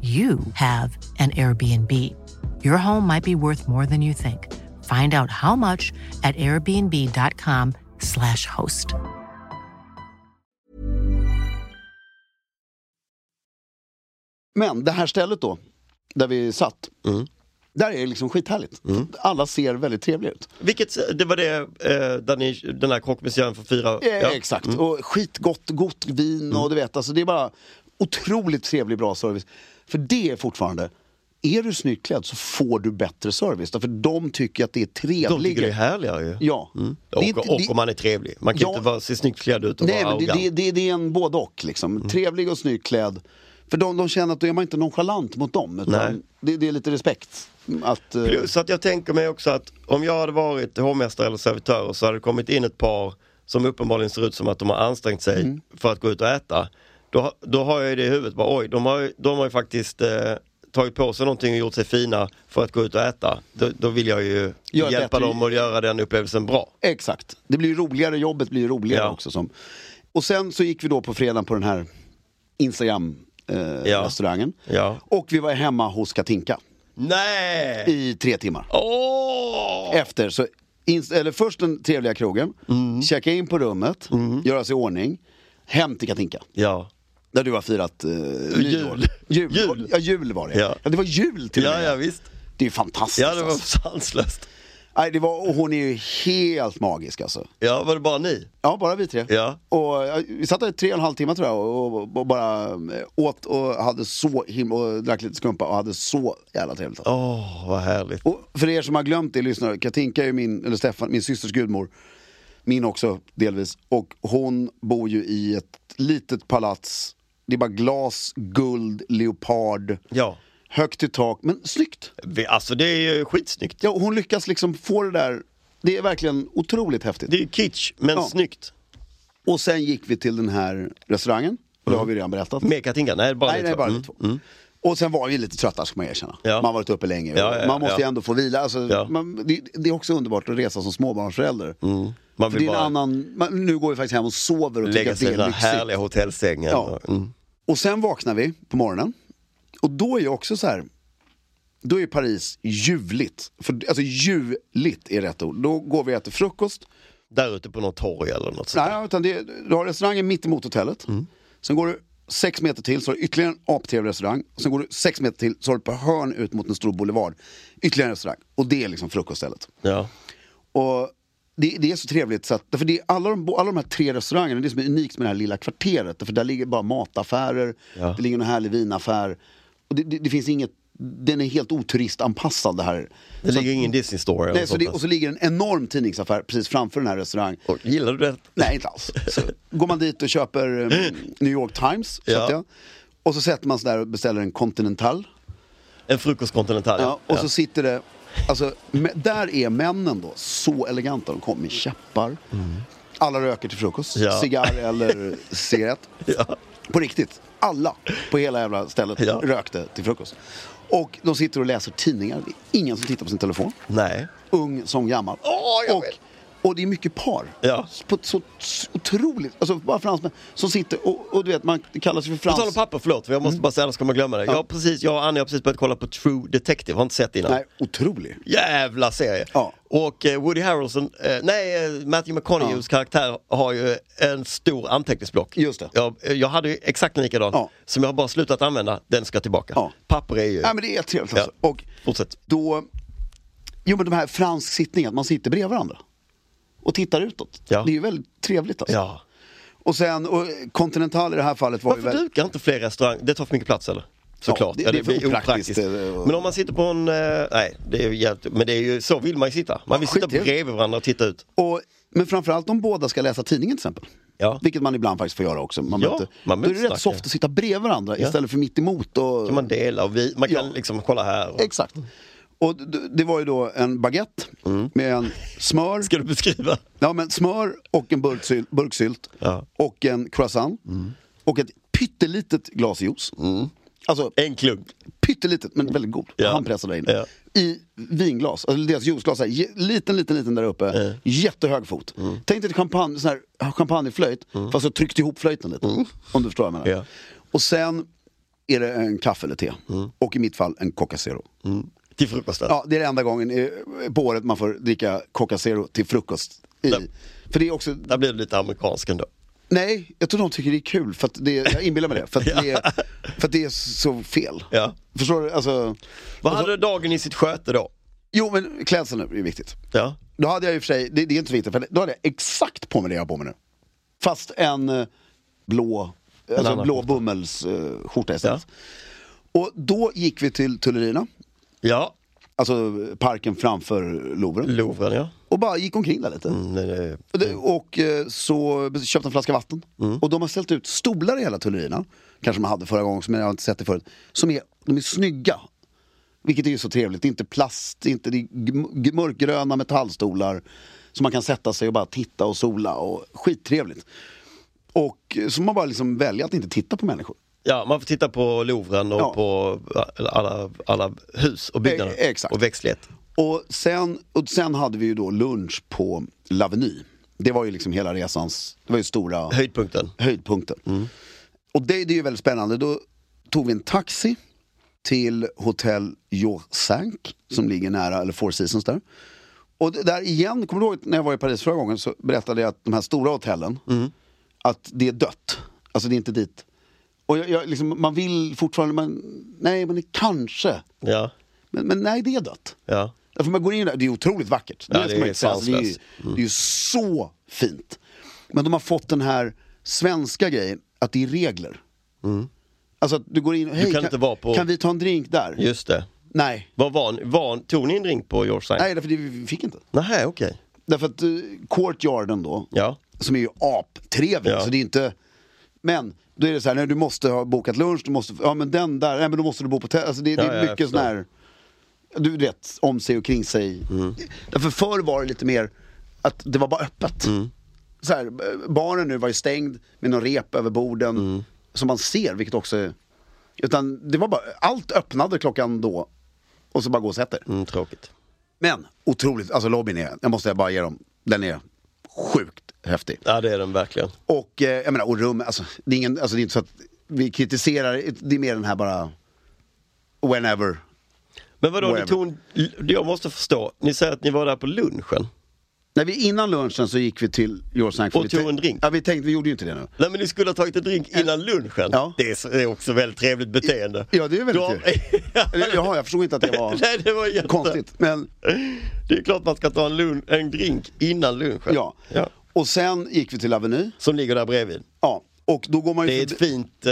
[SPEAKER 3] you have an Airbnb. Your home might be worth more than you think. Find out how much at airbnb.com/slash host.
[SPEAKER 1] Men det här stället då, där vi satt.
[SPEAKER 2] Mm.
[SPEAKER 1] Där är det liksom skithärligt. Alla ser väldigt trevliga ut.
[SPEAKER 2] Vilket, det var det, eh, där ni, den här krockmuseen för fyra...
[SPEAKER 1] Eh, Exakt,
[SPEAKER 2] Mm.
[SPEAKER 1] och skitgott, gott vin och du vet, alltså det är bara otroligt trevlig bra service. För det är fortfarande, är du snyggt klädd så får du bättre service. Därför de tycker att det är
[SPEAKER 2] De tycker det är
[SPEAKER 1] trevligare.
[SPEAKER 2] härligare ju. Mm.
[SPEAKER 1] Ja. Det är
[SPEAKER 2] Och,
[SPEAKER 1] inte-
[SPEAKER 2] och
[SPEAKER 1] det-
[SPEAKER 2] om man är trevlig. Man kan
[SPEAKER 1] Ja.
[SPEAKER 2] inte vara, se snyggt klädd ut och
[SPEAKER 1] Nej,
[SPEAKER 2] vara
[SPEAKER 1] men det,
[SPEAKER 2] arrogant. Mm.
[SPEAKER 1] det, det, det är en både och liksom. Trevlig och snyggt klädd. För de, de känner att då är man inte nonchalant mot dem.
[SPEAKER 2] Nej.
[SPEAKER 1] Utan det, det är lite respekt. Att, eh,
[SPEAKER 2] Plus att jag tänker mig också att om jag hade varit hovmästare eller servitör så hade det kommit in ett par som uppenbarligen ser ut som att de har ansträngt sig
[SPEAKER 1] Mm.
[SPEAKER 2] för att gå ut och äta. Då, ha- då har jag ju det i huvudet, bara, oj, de har, ju- de har ju faktiskt eh, tagit på sig någonting och gjort sig fina för att gå ut och äta. Då, då vill jag ju
[SPEAKER 1] Gör
[SPEAKER 2] hjälpa
[SPEAKER 1] bättre.
[SPEAKER 2] dem att göra den upplevelsen bra.
[SPEAKER 1] Exakt. Det blir ju roligare, jobbet blir ju roligare
[SPEAKER 2] Ja.
[SPEAKER 1] också. Som. Och sen så gick vi då på fredagen på den här
[SPEAKER 2] Ja.
[SPEAKER 1] Instagram-restaurangen.
[SPEAKER 2] Ja.
[SPEAKER 1] Och vi var hemma hos Katinka
[SPEAKER 2] Nej!
[SPEAKER 1] i tre timmar.
[SPEAKER 2] Åh!
[SPEAKER 1] Efter, så ins- eller först den trevliga krogen,
[SPEAKER 2] Mm.
[SPEAKER 1] checka in på rummet, göra sig i ordning, hem till Katinka.
[SPEAKER 2] Ja.
[SPEAKER 1] Där du har firat eh, nyår. Jul.
[SPEAKER 2] Jul.
[SPEAKER 1] Ja, jul var det.
[SPEAKER 2] Ja.
[SPEAKER 1] Ja. det var jul till och
[SPEAKER 2] ja,
[SPEAKER 1] med.
[SPEAKER 2] ja visst.
[SPEAKER 1] Det är fantastiskt.
[SPEAKER 2] Ja, det var
[SPEAKER 1] alltså.
[SPEAKER 2] sanslöst.
[SPEAKER 1] Nej, det var, och hon är ju helt magisk alltså.
[SPEAKER 2] Ja, var det bara ni?
[SPEAKER 1] Ja, bara vi tre.
[SPEAKER 2] Ja.
[SPEAKER 1] Och eh, vi satt där i tre och en halv timme tror jag och, och, och bara eh, åt och hade så himla, och drack lite skumpa och hade så jävla trevligt.
[SPEAKER 2] Åh, vad härligt.
[SPEAKER 1] Och för er som har glömt det, lyssnare, Katinka är ju min, eller Stefan, min systers gudmor. Min också, delvis. Och hon bor ju i ett litet palats. Det är bara glas, guld, leopard.
[SPEAKER 2] Ja.
[SPEAKER 1] Högt i tak, men snyggt.
[SPEAKER 2] Vi- Alltså det är ju skitsnyggt.
[SPEAKER 1] Ja, och hon lyckas liksom få det där. Det är verkligen otroligt häftigt.
[SPEAKER 2] Det är ju kitsch, men
[SPEAKER 1] Ja.
[SPEAKER 2] snyggt.
[SPEAKER 1] Och sen gick vi till den här restaurangen. Och det har vi redan berättat.
[SPEAKER 2] Med Katinka? Nej, bara
[SPEAKER 1] Nej,
[SPEAKER 2] ni
[SPEAKER 1] nej,
[SPEAKER 2] två.
[SPEAKER 1] bara
[SPEAKER 2] Mm.
[SPEAKER 1] vi två. Och sen var vi lite trötta, ska man erkänna.
[SPEAKER 2] Ja.
[SPEAKER 1] Man har varit uppe länge.
[SPEAKER 2] Ja, ja,
[SPEAKER 1] man måste ju
[SPEAKER 2] ja.
[SPEAKER 1] ändå få vila. Alltså,
[SPEAKER 2] Ja. Mm.
[SPEAKER 1] man, det, det är också underbart att resa som småbarnsförälder.
[SPEAKER 2] Man
[SPEAKER 1] För det är en
[SPEAKER 2] vill bara
[SPEAKER 1] annan, man, nu går vi faktiskt hem och sover och tycker
[SPEAKER 2] lägga
[SPEAKER 1] att det
[SPEAKER 2] sig i den
[SPEAKER 1] är
[SPEAKER 2] här
[SPEAKER 1] lyxigt.
[SPEAKER 2] härliga hotellsängen.
[SPEAKER 1] Ja.
[SPEAKER 2] Mm.
[SPEAKER 1] Och sen vaknar vi på morgonen. Och då är jag också så här. Då är Paris ljuvligt. För, alltså ljuvligt är rätt ord. Då går vi och äter frukost.
[SPEAKER 2] Där ute på något torg eller något sånt.
[SPEAKER 1] Nej, utan det, du har restaurangen mitt emot hotellet.
[SPEAKER 2] Mm.
[SPEAKER 1] Sen går du sex meter till så har du ytterligare en aptrevlig restaurang. Sen går du sex meter till så har du på hörn ut mot en stor boulevard. Ytterligare en restaurang. Och det är liksom frukoststället.
[SPEAKER 2] Ja.
[SPEAKER 1] Och det, det är så trevligt, så att, därför det är alla, de, alla de här tre restaurangerna, det är som är unikt med det här lilla kvarteret, därför där ligger bara mataffärer,
[SPEAKER 2] Ja.
[SPEAKER 1] det ligger en härlig vinaffär. Och det, det, det finns inget, den är helt oturistanpassad det här.
[SPEAKER 2] Det
[SPEAKER 1] så,
[SPEAKER 2] ligger ingen Disney store eller
[SPEAKER 1] nej, så
[SPEAKER 2] sånt
[SPEAKER 1] det,
[SPEAKER 2] där.
[SPEAKER 1] och så ligger en enorm tidningsaffär precis framför den här restaurangen.
[SPEAKER 2] Och Gillar du det?
[SPEAKER 1] Nej, inte alls. Så går man dit och köper eh, New York Times,
[SPEAKER 2] Ja.
[SPEAKER 1] köpte jag. Och så sätter man sig där och beställer en Continental.
[SPEAKER 2] En frukostkontinental.
[SPEAKER 1] Ja, och så sitter det, alltså, mä- där är männen då så eleganta. De kommer med käppar. Alla röker till frukost,
[SPEAKER 2] Mm. Ja.
[SPEAKER 1] cigarr eller cigarett.
[SPEAKER 2] Ja.
[SPEAKER 1] På riktigt, alla på hela jävla stället
[SPEAKER 2] Ja.
[SPEAKER 1] rökte till frukost. Och de sitter och läser tidningar. Det är ingen som tittar på sin telefon.
[SPEAKER 2] Nej.
[SPEAKER 1] Ung som gammal.
[SPEAKER 2] Åh, jag
[SPEAKER 1] och,
[SPEAKER 2] vet.
[SPEAKER 1] och det är mycket par.
[SPEAKER 2] Ja.
[SPEAKER 1] På ett så så otroligt, alltså bara fransmän som sitter och, och du vet, man det kallas ju för
[SPEAKER 2] På tal om
[SPEAKER 1] frans.
[SPEAKER 2] papper, förlåt, för jag
[SPEAKER 1] Mm.
[SPEAKER 2] måste bara säga annars kommer jag glömma det. Jag, har precis, jag och Annie har precis börjat kolla på True Detective, har inte sett det innan.
[SPEAKER 1] Nej, otrolig.
[SPEAKER 2] Jävla serie!
[SPEAKER 1] Ja.
[SPEAKER 2] Och eh, Woody Harrelson, eh, nej eh, Matthew McConaughey's karaktär har ju en stor anteckningsblock.
[SPEAKER 1] Just det.
[SPEAKER 2] Jag, eh, jag hade ju exakt en likadan
[SPEAKER 1] Ja.
[SPEAKER 2] som jag har bara slutat använda, den ska tillbaka.
[SPEAKER 1] Ja.
[SPEAKER 2] Papper är ju...
[SPEAKER 1] Nej men det är trevligt alltså.
[SPEAKER 2] Ja.
[SPEAKER 1] Och
[SPEAKER 2] Fortsätt.
[SPEAKER 1] då... Jo men de här fransk sittning, att man sitter bredvid varandra. Och tittar utåt.
[SPEAKER 2] Ja.
[SPEAKER 1] Det är ju väldigt trevligt alltså.
[SPEAKER 2] Ja.
[SPEAKER 1] Och sen, och Continental i det här fallet var
[SPEAKER 2] Varför
[SPEAKER 1] ju väldigt...
[SPEAKER 2] dukar inte fler restauranger? Det tar för mycket plats eller? Såklart.
[SPEAKER 1] det-
[SPEAKER 2] Ja,
[SPEAKER 1] det är för
[SPEAKER 2] blir
[SPEAKER 1] opraktiskt. Eh,
[SPEAKER 2] Men om man sitter på en... eh, Nej, det är ju jävligt, men det är ju, så vill man ju sitta. Man vill sitta
[SPEAKER 1] skittrevligt.
[SPEAKER 2] bredvid varandra och titta ut.
[SPEAKER 1] Och, men framförallt om båda ska läsa tidningen till exempel.
[SPEAKER 2] Ja.
[SPEAKER 1] Vilket man ibland faktiskt får göra också. Man
[SPEAKER 2] Ja,
[SPEAKER 1] möter,
[SPEAKER 2] man
[SPEAKER 1] då är
[SPEAKER 2] möts
[SPEAKER 1] det rätt
[SPEAKER 2] snart,
[SPEAKER 1] soft
[SPEAKER 2] ja.
[SPEAKER 1] att sitta bredvid varandra istället för mitt emot och...
[SPEAKER 2] Kan man dela och vi, man kan
[SPEAKER 1] Ja.
[SPEAKER 2] liksom kolla här. Och...
[SPEAKER 1] Exakt. Och d- det var ju då en baguette med en smör.
[SPEAKER 2] Mm. Ska du beskriva?
[SPEAKER 1] Ja, men smör och en burk sylt, burksylt
[SPEAKER 2] Ja. Mm.
[SPEAKER 1] och en croissant och ett pyttelitet glas juice. Alltså
[SPEAKER 2] En klunk.
[SPEAKER 1] pyttelitet, men väldigt god.
[SPEAKER 2] Mm. Ja.
[SPEAKER 1] Handpressad där inne.
[SPEAKER 2] Ja.
[SPEAKER 1] I vinglas, eller deras juiceglas, så här, j- liten, liten, liten där uppe. Jättehög fot.
[SPEAKER 2] Mm.
[SPEAKER 1] Tänk dig ett champagne, sån här champagneflöjt, fast jag tryckte ihop flöjten lite. Om du förstår vad jag menar.
[SPEAKER 2] Mm. Ja.
[SPEAKER 1] Och sen är det en kaffe eller te.
[SPEAKER 2] Mm.
[SPEAKER 1] Och i mitt fall en Coca Zero.
[SPEAKER 2] Till frukosten.
[SPEAKER 1] Ja, det är den enda gången i- på året man får dricka Coca Zero till frukost. I.
[SPEAKER 2] Nej.
[SPEAKER 1] För det är också
[SPEAKER 2] Där blev det lite amerikansk ändå.
[SPEAKER 1] Nej, jag tror de tycker det är kul, för att det, jag inbillar mig det. För att, det, är- för att det är så fel.
[SPEAKER 2] Ja.
[SPEAKER 1] Förstår du? Alltså,
[SPEAKER 2] Vad
[SPEAKER 1] och så-
[SPEAKER 2] hade dagen i sitt sköte då?
[SPEAKER 1] jo men klädseln är ju viktigt.
[SPEAKER 2] Ja.
[SPEAKER 1] Då hade jag i och för sig, det, det är inte så viktigt, för då hade jag exakt på mig det jag har på mig nu. Fast en eh, blå, alltså en
[SPEAKER 2] annan
[SPEAKER 1] blå bomullsskjorta istället.
[SPEAKER 2] Ja.
[SPEAKER 1] Och då gick vi till Tullerina,
[SPEAKER 2] Ja,
[SPEAKER 1] alltså parken framför Louvren.
[SPEAKER 2] Louvren ja.
[SPEAKER 1] Och bara gick omkring där lite.
[SPEAKER 2] Mm, det- det-
[SPEAKER 1] Och det- Och eh, så köpte en flaska vatten. Och de har ställt ut stolar i hela Tullerina, kanske de hade förra gången, men jag har inte sett det förut. Som är, de är snygga. Vilket är ju så trevligt. Det är inte plast, det är inte det är gm- g- mörkgröna metallstolar som man kan sätta sig och bara titta och sola. Och, skittrevligt. Och eh, så man bara liksom välja att inte titta på människor.
[SPEAKER 2] Ja, man får titta på Louvren och
[SPEAKER 1] Ja.
[SPEAKER 2] på eh, alla, alla hus och byggnader.
[SPEAKER 1] Eh, exakt.
[SPEAKER 2] Och växtlighet.
[SPEAKER 1] Och sen, och sen hade vi ju då lunch på L'Avenue. Det var ju liksom hela resans, det var ju stora...
[SPEAKER 2] Höjdpunkten.
[SPEAKER 1] höjdpunkten. Och det, det är ju väldigt spännande. Då tog vi en taxi till hotell Jorsank som ligger nära, eller Four Seasons där. Och det- där igen, kommer du ihåg när jag var i Paris förra gången så berättade jag att de här stora hotellen, att det är dött. Alltså det är inte dit. Och jag, jag, liksom, man vill fortfarande, man, nej men det kanske,
[SPEAKER 2] Ja,
[SPEAKER 1] men, men nej det är dött.
[SPEAKER 2] ja.
[SPEAKER 1] Därför man går in där, det är otroligt vackert.
[SPEAKER 2] Ja,
[SPEAKER 1] det,
[SPEAKER 2] det
[SPEAKER 1] ska man
[SPEAKER 2] är
[SPEAKER 1] inte säga. Alltså, det, är ju,
[SPEAKER 2] sanslöst. Mm.
[SPEAKER 1] det är ju så fint. Men de har fått den här svenska grejen, att det är regler. Alltså att du går in och, hej,
[SPEAKER 2] Mm. kan inte vara på-
[SPEAKER 1] kan vi ta en drink där?
[SPEAKER 2] Just det.
[SPEAKER 1] Nej.
[SPEAKER 2] Var var, var, tog ni en drink på George Sank?
[SPEAKER 1] Nej, därför det vi fick inte.
[SPEAKER 2] Nej, okej.
[SPEAKER 1] Därför att eh, courtyarden då,
[SPEAKER 2] Ja.
[SPEAKER 1] som är ju aptrevlig,
[SPEAKER 2] Ja.
[SPEAKER 1] så det är inte... Men, då är det så här, nej, du måste ha bokat lunch, du måste, ja men den där, nej men då måste du bo på hotell. Alltså det,
[SPEAKER 2] Ja,
[SPEAKER 1] det
[SPEAKER 2] ja,
[SPEAKER 1] är
[SPEAKER 2] jag
[SPEAKER 1] mycket sån här, du vet, om sig och kring sig.
[SPEAKER 2] Mm.
[SPEAKER 1] Därför förr var det lite mer att det var bara öppet.
[SPEAKER 2] Mm.
[SPEAKER 1] Så här, eh, baren nu var ju stängd med någon rep över borden,
[SPEAKER 2] Mm.
[SPEAKER 1] som man ser, vilket också är... Utan det var bara, allt öppnade klockan då, och så bara gå och sätt er.
[SPEAKER 2] Mm, tråkigt.
[SPEAKER 1] Men otroligt, alltså lobbyn är, jag måste bara ge dem, den är sjukt häftig.
[SPEAKER 2] Ja, det är den verkligen.
[SPEAKER 1] Och eh, jag menar, och rum, alltså det, är ingen, alltså det är inte så att vi kritiserar, det är mer den här bara, whenever.
[SPEAKER 2] Men vadå, ni
[SPEAKER 1] Whatever.
[SPEAKER 2] tog en, jag måste förstå. Ni säger att ni var där på lunchen.
[SPEAKER 1] När vi, innan lunchen så gick vi till George
[SPEAKER 2] Och tog en drink.
[SPEAKER 1] Ja, vi tänkte, vi gjorde ju inte det nu.
[SPEAKER 2] Nej men ni skulle ha tagit en drink innan lunchen.
[SPEAKER 1] Ja.
[SPEAKER 2] Det är så- det är också väldigt trevligt beteende.
[SPEAKER 1] Ja, det är väldigt
[SPEAKER 2] Då-
[SPEAKER 1] trevligt. Eller, Eh, Jaha, jag förstod inte att det var
[SPEAKER 2] Nej, det var jätte...
[SPEAKER 1] konstigt. Men
[SPEAKER 2] Det är klart man ska ta en, lun- en drink innan lunchen.
[SPEAKER 1] ja. Och sen gick vi till Avenue.
[SPEAKER 2] Som ligger där bredvid.
[SPEAKER 1] Ja, och då går man ju
[SPEAKER 2] Det är
[SPEAKER 1] förbi-
[SPEAKER 2] ett fint